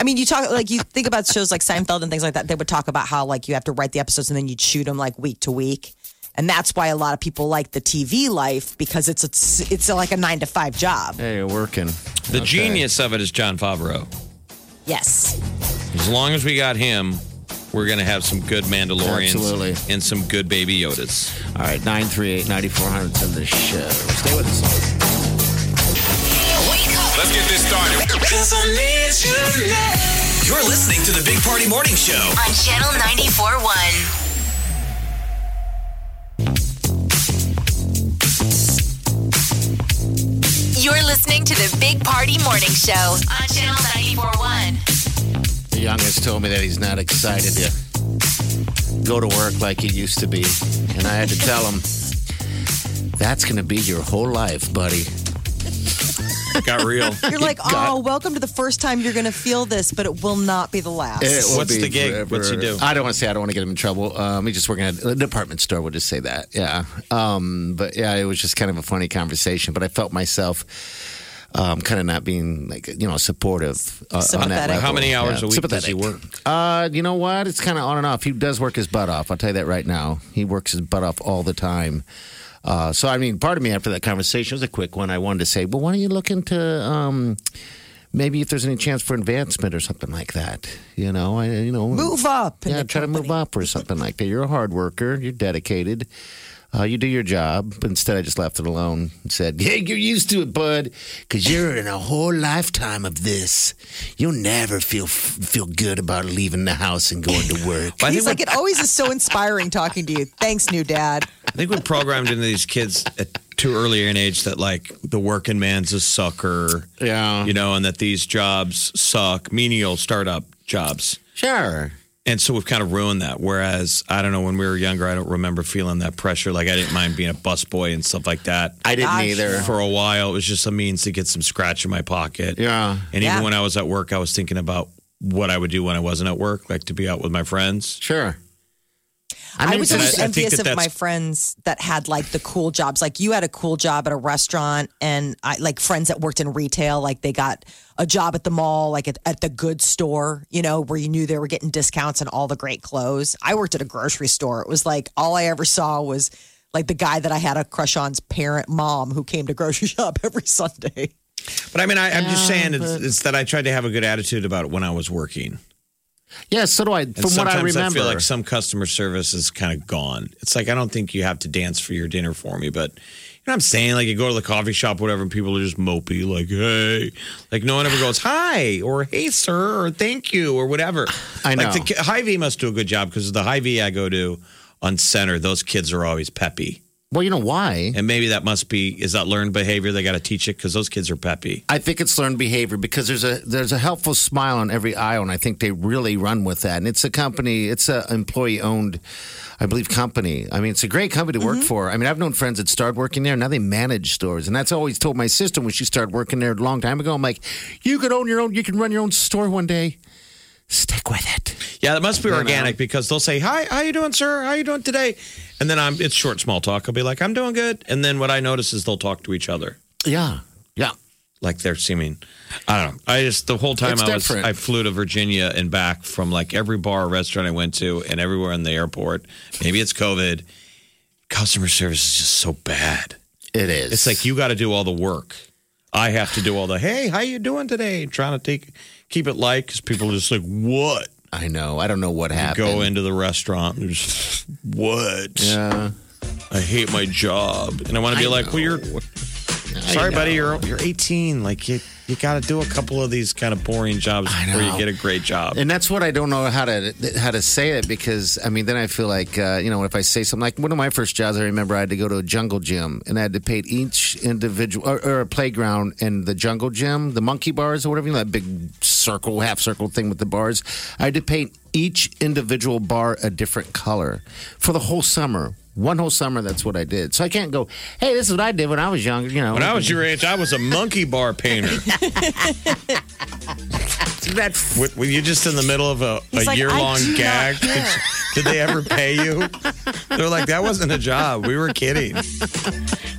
C: I mean, you talk like you think about shows like Seinfeld and things like that. They would talk about how like you have to write the episodes and then you'd shoot them like week to week, and that's why a lot of people like the TV life because it's a, it's like a nine to five job.
D: Hey, you're working.
E: The genius of it is John Favreau.
C: Yes,
E: As long as we got him, we're going to have some good Mandalorians
D: Absolutely.
E: and some good Baby Yodas.
D: All right, 938 9400 in the show. Stay with us.
A: Let's get this started. You're listening to the Big Party Morning Show.
B: on Channel 94.1. You're listening to the Big Party Morning Show on Channel 94.1.
D: The youngest told me that he's not excited to go to work like he used to be. And I had to tell him, that's going to be your whole life, buddy.
E: Got real.
C: you're like, oh, welcome to the first time you're going to feel this, but it will not be the last.
D: It will
E: What's
D: be
E: the gig? What's he do?
D: I don't want to say I don't want to get him in trouble. Um, he's just working at a department store. We'll just say that. Yeah. Um, but yeah, it was just kind of a funny conversation. But I felt myself um, kind of not being like you know supportive uh, on that
C: Sympathetic.
D: level.
E: How many hours
D: Yeah,
E: a week does
D: sympathetic.
E: he work?
D: Uh, you know what? It's kind of on and off. He does work his butt off. I'll tell you that right now. He works his butt off all the time. Uh, so I mean, part of me after that conversation it was a quick one. I wanted to say, well, why don't you look into um, maybe if there's any chance for advancement or something like that? You know, I, you know,
C: Move up. in
D: Yeah,
C: the
D: try to move
C: company.
D: up or something like that. You're a hard worker. You're dedicated. Uh, you do your job. But instead, I just left it alone and said, "Yeah, you're used to it, bud, because you're in a whole lifetime of this. You'll never feel feel good about leaving the house and going to work."
E: I
C: He's
E: think,
C: like,
E: we're,
C: it always is so inspiring talking to you. Thanks, new dad.
E: I think we're programmed into these kids at too early an age that like the working man's a sucker.
D: Yeah.
E: You know, and that these jobs suck, menial startup jobs.
D: sure.
E: And so we've kind of ruined that. Whereas I don't know when we were younger, I don't remember feeling that pressure. Like I didn't mind being a busboy and stuff like that.
D: I didn't
C: Gosh,
D: either.
E: for a while. It was just a means to get some scratch in my pocket.
D: Yeah.
E: And even
C: Yeah.
E: when I was at work, I was thinking about what I would do when I wasn't at work, like to be out with my friends.
D: Sure.
C: I,
D: mean,
C: was
D: it's-
C: always
E: I- I think
C: envious
E: that
C: of my
E: that's-
C: friends that had like the cool jobs. Like you had a cool job at a restaurant, and I like friends that worked in retail. Like they got a job at the mall, like at, at the good store, you know, where you knew they were getting discounts and all the great clothes. I worked at a grocery store. It was like all I ever saw was like the guy that I had a crush on's parent mom who came to grocery shop every Sunday.
E: But I mean, I, I'm just saying it's, it's that I tried to have a good attitude about it when I was working.
D: Yeah. So do I.
E: And
D: from what I
E: sometimes
D: remember,
E: feel like some customer service is kind of gone. It's like I don't think you have to dance for your dinner for me, but. You know what I'm saying? Like you go to the coffee shop, whatever, and people are just mopey, like, hey. Like no one ever goes, hi, or hey, sir, or thank you, or whatever.
D: I know.
E: Like the Hy V must do a good job because the Hy V I go to on center, those kids are always peppy.
D: well, you know why?
E: And maybe that must be, is that learned behavior? They got to teach it because those kids are peppy.
D: I think it's learned behavior because there's a there's a helpful smile on every aisle, and I think they really run with that. And it's a company, it's a employee owned, I believe, company. I mean, it's a great company to work
C: Mm-hmm.
D: for. I mean, I've known friends that started working there, now they manage stores, and that's always told my sister when she started working there a long time ago. I'm like, you could own your own, you can run your own store one day. Stick with it.
E: Yeah, that must be organic because they'll say, hi, how you doing, sir? How you doing today? And then I'm, it's short, small talk. I'll be like, I'm doing good. And then what I notice is they'll talk to each other.
D: Yeah, yeah.
E: like they're seeming i don't know i just the whole time
D: It's
E: i was
D: different.
E: i flew to virginia and back from like every bar or restaurant i went to and everywhere in the airport maybe it's covid customer service is just so bad
D: It is.
E: It's like you got to do all the work. I have to do all the hey, how you doing today? Trying to take keep it light because people are just like, what?
D: I know. I don't know what
E: happened. Go into the restaurant. And just, what? Yeah. I hate my job, and I want to be
D: I
E: like, well, you're. Sorry, buddy. You're you're 18. Like you you got to do a couple of these kind of boring jobs before you
D: know.
E: get a great job.
D: And that's what I don't know how to how to say it because I mean then I feel like uh, you know if I say something like one of my first jobs I remember I had to go to a jungle gym and I had to paint each individual or, or a playground in the jungle gym the monkey bars or whatever you know that big circle half circle thing with the bars I had to paint each individual bar a different color for the whole summer one whole summer that's what I did so I can't go hey this is what I did when I was younger you know
E: When I was your age, I was a monkey bar painter.
D: that
E: Were, were you just in the middle of a,
D: He's
E: a
D: like,
E: year long
D: "I do not
E: gag? Did,
D: care."
E: you- did they ever pay you? They're like, that wasn't a job. We were kidding.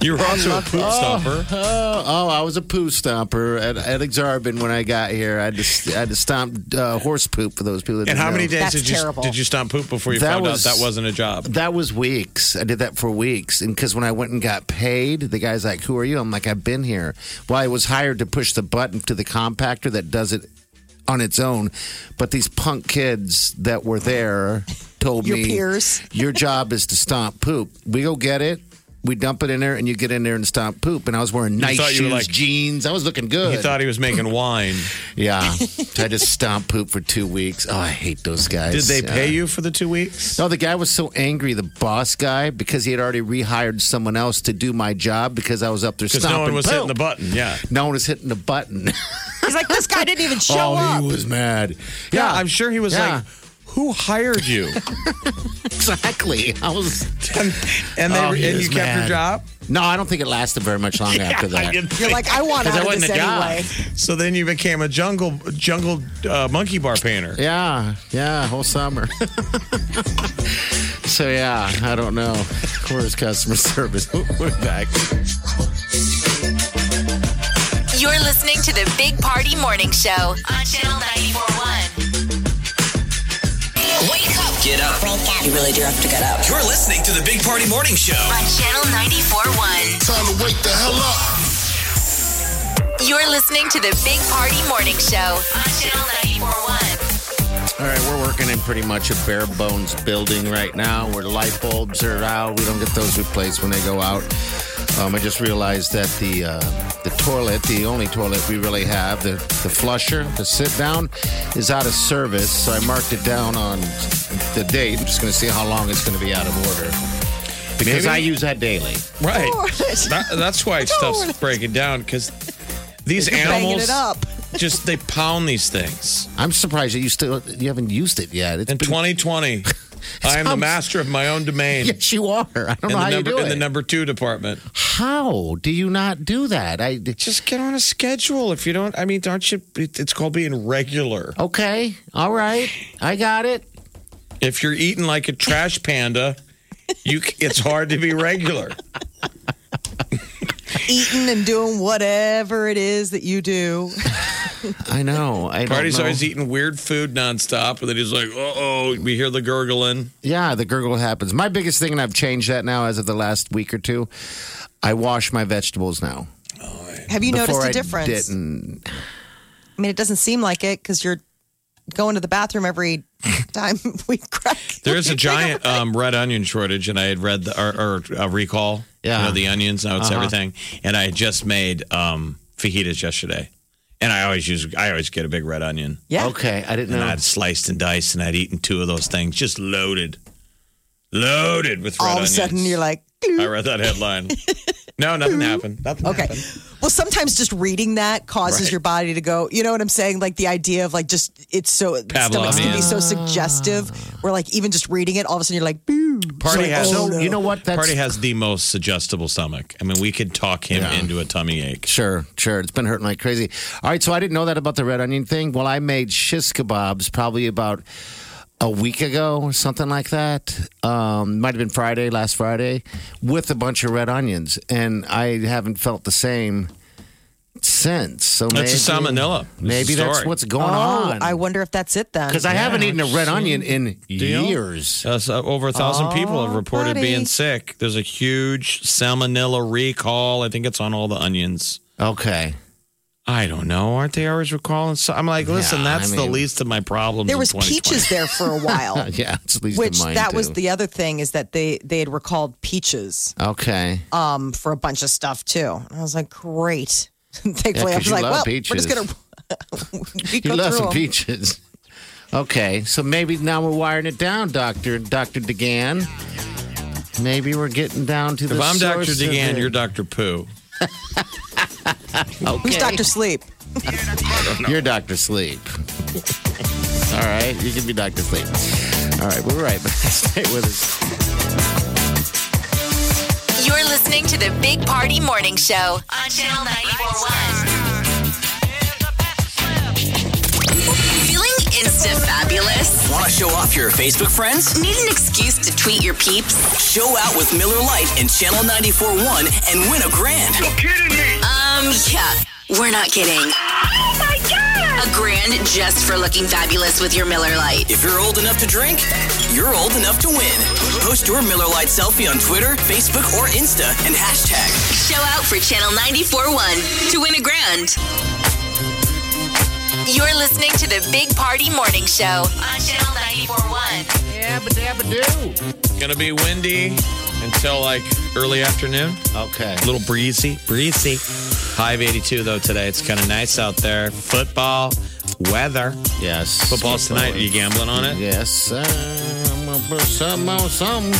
E: You were also a poop stomper.
D: Oh, oh, I was a poo stomper at, at Exarban when I got here. I had to, I had to stomp uh, horse poop for those people. That
E: And
D: didn't
E: how many
D: know.
E: days did you did you stomp poop before you
D: That
E: found
D: was-
E: out that wasn't a job?
D: That was weeks. I did that for weeks, and because when I went and got paid, the guy's like, "Who are you?" I'm like, "I've been here." Well, I was hired to push the button to the compactor that does it on its own, but these punk kids that were there told
C: Your
D: me,
C: peers.
D: "Your job is to stomp poop. We go get it." We dump it in there, and you get in there and stomp poop. And I was wearing nice
E: thought
D: shoes,
E: you were like-
D: jeans. I was looking good.
E: He thought he was making wine.
D: Yeah. I just stomped poop for two weeks. Oh, I hate those guys.
E: Did they pay
D: Yeah.
E: you for the two weeks?
D: No, the guy was so angry, the boss guy, because he had already rehired someone else to do my job because I was up there
E: Because
D: stomping
E: no one was hitting
D: poop.
E: the button. Yeah.
D: No one was hitting the button.
C: He's like, this guy didn't even show
D: oh,
C: up.
D: he was mad.
E: Yeah, I'm sure he was
D: Yeah.
E: like, who hired you?
D: exactly. I was.
E: and and, they,
D: Oh,
E: and
D: he
E: you
D: was
E: kept
D: mad.
E: your job?
D: No, I don't think it lasted very much long after that.
C: You're like, I want
D: 'Cause
C: out
D: I
C: of
D: wasn't
C: this
D: a guy.
C: anyway.
E: So then you became a jungle jungle uh, monkey bar painter.
D: Yeah, yeah, whole summer. so yeah, I don't know. Where's customer service? We're back.
B: You're listening to the Big Party Morning Show on Channel 941. Wake up
A: Get up.
K: You really do have to get up.
A: You're listening to the Big Party Morning Show.
B: on Channel 941.
K: Time to wake the hell up.
B: You're listening to the Big Party Morning Show on Channel 941.
D: All right, we're working in pretty much a bare bones building right now where the light bulbs are out. We don't get those replaced when they go out. Um, I just realized that the uh, the toilet, the only toilet we really have, the, the flusher, the sit down, is out of service. So I marked it down on the date. I'm just going to see how long it's going to be out of order because
E: Maybe-
D: I use that daily.
E: Right. That- that's why stuff's breaking down because these animals
C: it up.
E: just they pound these things.
D: I'm surprised that you still you haven't used it yet. It's
E: In 2020, I am the
D: sounds-
E: master of my own domain.
D: yes, you are. I don't
E: in
D: know
E: the
D: how
E: number
D: you do
E: in
D: it.
E: the number two department.
D: how do you not do that? I
E: Just get on a schedule. If you don't, I mean, aren't you? It, it's called being regular.
D: okay, all right, I got it.
E: If you're eating like a trash panda, you c- it's hard to be regular.
C: Eating and doing whatever it is that you do.
D: I know. I
E: Party's
D: don't know.
E: always eating weird food nonstop, and then he's like, "Uh oh," we hear the gurgling.
D: Yeah, the gurgle happens. My biggest thing, and I've changed that now as of the last week or two. I wash my vegetables now.
C: Have you
D: Before
C: noticed
D: I
C: a difference?
D: Didn't.
C: I mean, it doesn't seem like it because you're going to the bathroom every time we crack.
E: There is a giant um, red onion shortage, and I had read the or, or uh, recall.
D: Yeah. Uh-huh.
E: you know, the onions. Now it's everything. And I had just made um, fajitas yesterday, and I always use. I always get a big red onion,
C: Yeah.
D: Okay, I didn't
E: and
D: know.
E: I'd sliced and diced, and I'd eaten two of those things, just loaded, loaded with red
C: All of a
E: onions.
C: sudden, you're like,
E: I read that headline. no, nothing happened. Nothing
C: okay.
E: happened.
C: Well, sometimes just reading that causes
E: Right.
C: your body to go. You know what I'm saying? Like the idea of like just it's so stomachs can
E: Pavlovian.
C: be so suggestive. Where like even just reading it, all of a sudden you're like, oh, boo.
E: Party has
D: So you know what? That's
E: Party has the most suggestible stomach. I mean, we could talk him
D: Yeah.
E: into a tummy ache.
D: Sure, sure. It's been hurting like crazy. All right, so I didn't know that about the red onion thing. Well, I made shish kebabs probably about a week ago or something like that. Um, might have been Friday, last Friday, with a bunch of red onions, and I haven't felt the same sense. So
E: That's a
D: maybe-
E: salmonella. It's
D: Maybe
E: a
D: that's
E: story.
D: what's going
C: oh,
D: on.
C: I wonder if that's it then.
D: Because I haven't eaten a red onion in
E: Deal?
D: years.
E: Uh, so over a thousand
C: Oh,
E: people have reported
C: buddy.
E: being sick. There's a huge salmonella recall. I think it's on all the onions.
D: Okay.
E: I don't know. Aren't they always recalling? So I'm like, listen,
D: Yeah, I
E: that's the
D: mean-
E: least of my problems.
C: There
E: in
C: was
E: 2020.
C: peaches there for a while,
D: yeah, it's at least
C: which
D: in mine,
C: that was
D: too.
C: the other thing is that they they had recalled peaches
D: Okay.
C: um for a bunch of stuff too. And I was like, great. Thankfully, I was
D: 'cause you
C: like,
D: love
C: well, we're
D: peaches.
C: just gonna. we
D: You
C: go
D: love
C: through
D: some
C: 'em.
D: peaches. Okay, so maybe now we're wiring it down, Doctor Doctor DeGan. Maybe we're getting down to the.
E: If I'm Dr.
D: source of
E: DeGan,
D: it.
E: you're Dr. Pooh.
C: Who's
D: Okay.
C: Doctor Sleep?
D: You're Doctor Sleep. All right, you can be Doctor Sleep. All right, we're right. back. Stay with us.
B: You're listening to the Big Party Morning Show on Channel 941. Feeling insta fabulous?
A: Want to show off your Facebook friends?
B: Need an excuse to tweet your peeps?
A: Show out with Miller Lite and Channel 941 and win a grand.
B: Um, yeah, we're not kidding. Oh my god! A grand just for looking fabulous with your Miller Lite.
A: If you're old enough to drink, you're old enough to win. Post your Miller Lite selfie on Twitter, Facebook, or Insta and hashtag.
B: Show out for Channel 94.1 to win a grand. You're listening to the Big Party Morning Show on Channel 94.1.
D: Yabba dabba do.
E: Going to be windy until like early afternoon.
D: Okay.
E: A little breezy. Breezy. High of 82, though, today. It's kind of nice out there. Football, weather.
D: Yes.
E: Football's tonight. Are you gambling on it?
D: Yes. Uh, I'm gonna put something on something.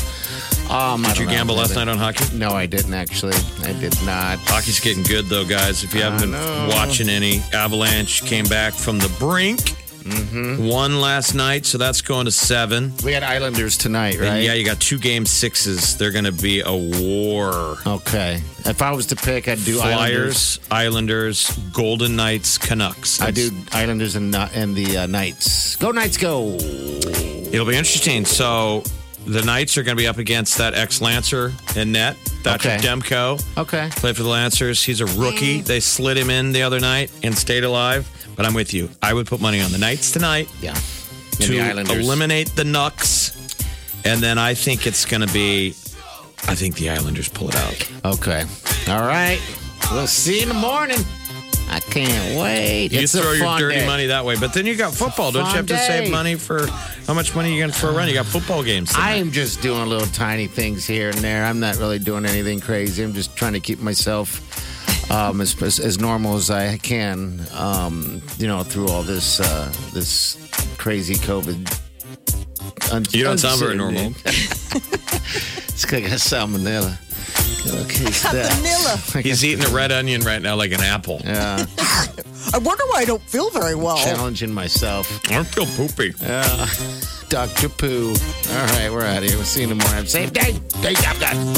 D: Um,
E: Did you gamble last night on hockey?
D: No, I didn't actually. I did not.
E: Hockey's getting good, though, guys. If you haven't been
D: know.
E: watching any, Avalanche came back from the brink. Mm-hmm. One last night, so that's going to seven.
D: We had Islanders tonight, right?
E: And yeah, you got two game sixes. They're going to be a war.
D: Okay. If I was to pick, I'd do Islanders.
E: Flyers, Islanders, Golden Knights, Canucks.
D: I do Islanders and not, and the uh, Knights. Go Knights, go!
E: It'll be interesting. So the Knights are going to be up against that ex Lancer in net, Thatcher
D: Okay.
E: Demko.
D: Okay.
E: Played for the Lancers. He's a rookie. They slid him in the other night and stayed alive. But I'm with you. I would put money on the Knights tonight
D: Yeah.
E: to eliminate the Nucks. And then I think it's going to be, I think the Islanders pull it out.
D: Okay. All right. We'll see you in the morning. I can't wait.
E: You
D: It's a
E: throw your
D: fun
E: dirty
D: day.
E: money that way. But then you got football. Don't you have to
D: fun day.
E: save money for how much money you going to for a run? You got football games.
D: I am just doing little tiny things here and there. I'm not really doing anything crazy. I'm just trying to keep myself um, as, as as normal as I can. Um, you know, through all this uh, this crazy COVID. Un-
E: You don't sound very normal.
D: It's because I got salmonella. Okay,
C: Vanilla.
E: He's eating a red onion right now like an apple.
D: Yeah,
C: I wonder why I don't feel very well.
D: challenging myself.
E: I don't feel poopy.
D: Dr. Poo. Uh, All right, we're out of here. We'll see you in the morning. Same day. Day job done.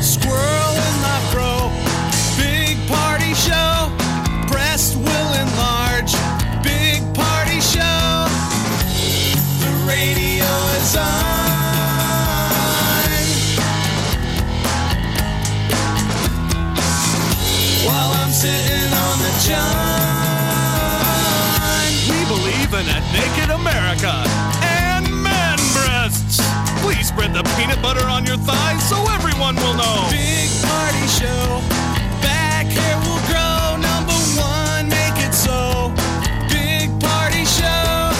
L: Squirrel in my fro. Big party show. Breast will enlarge. Big party show. The radio is on. While I'm sitting on the john. We believe in a naked America and man breasts. Please spread the peanut butter on your thighs so everyone will know. Big party show. Back hair will grow. Number one, make it so. Big party show.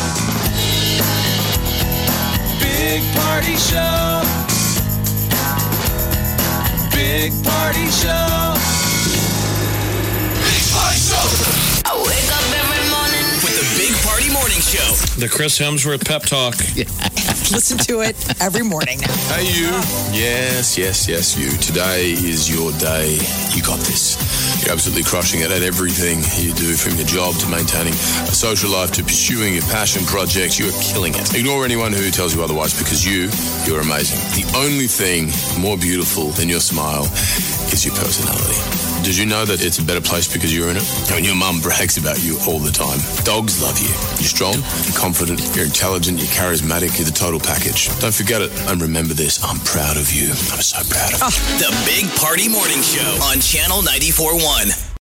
L: Big party show. Big party show. Big party show.
B: I wake up every morning.
A: With the Big Party Morning Show.
E: The Chris Hemsworth pep talk.
C: Listen to it every morning now.
L: Hey, you.
K: Yes, yes, yes, you. Today is your day. You got this. You're absolutely crushing it at everything you do, from your job to maintaining a social life to pursuing your passion projects. You are killing it. Ignore anyone who tells you otherwise because you, you're amazing. The only thing more beautiful than your smile is your personality. did you know that it's a better place because you're in it? I mean, your mum brags about you all the time. Dogs love you. You're strong, you're confident, you're intelligent, you're charismatic, you're the total package. Don't forget it and remember this. I'm
A: Ah,
K: proud of you. I'm so proud of you.
A: The Big Party Morning Show on Channel 94.1.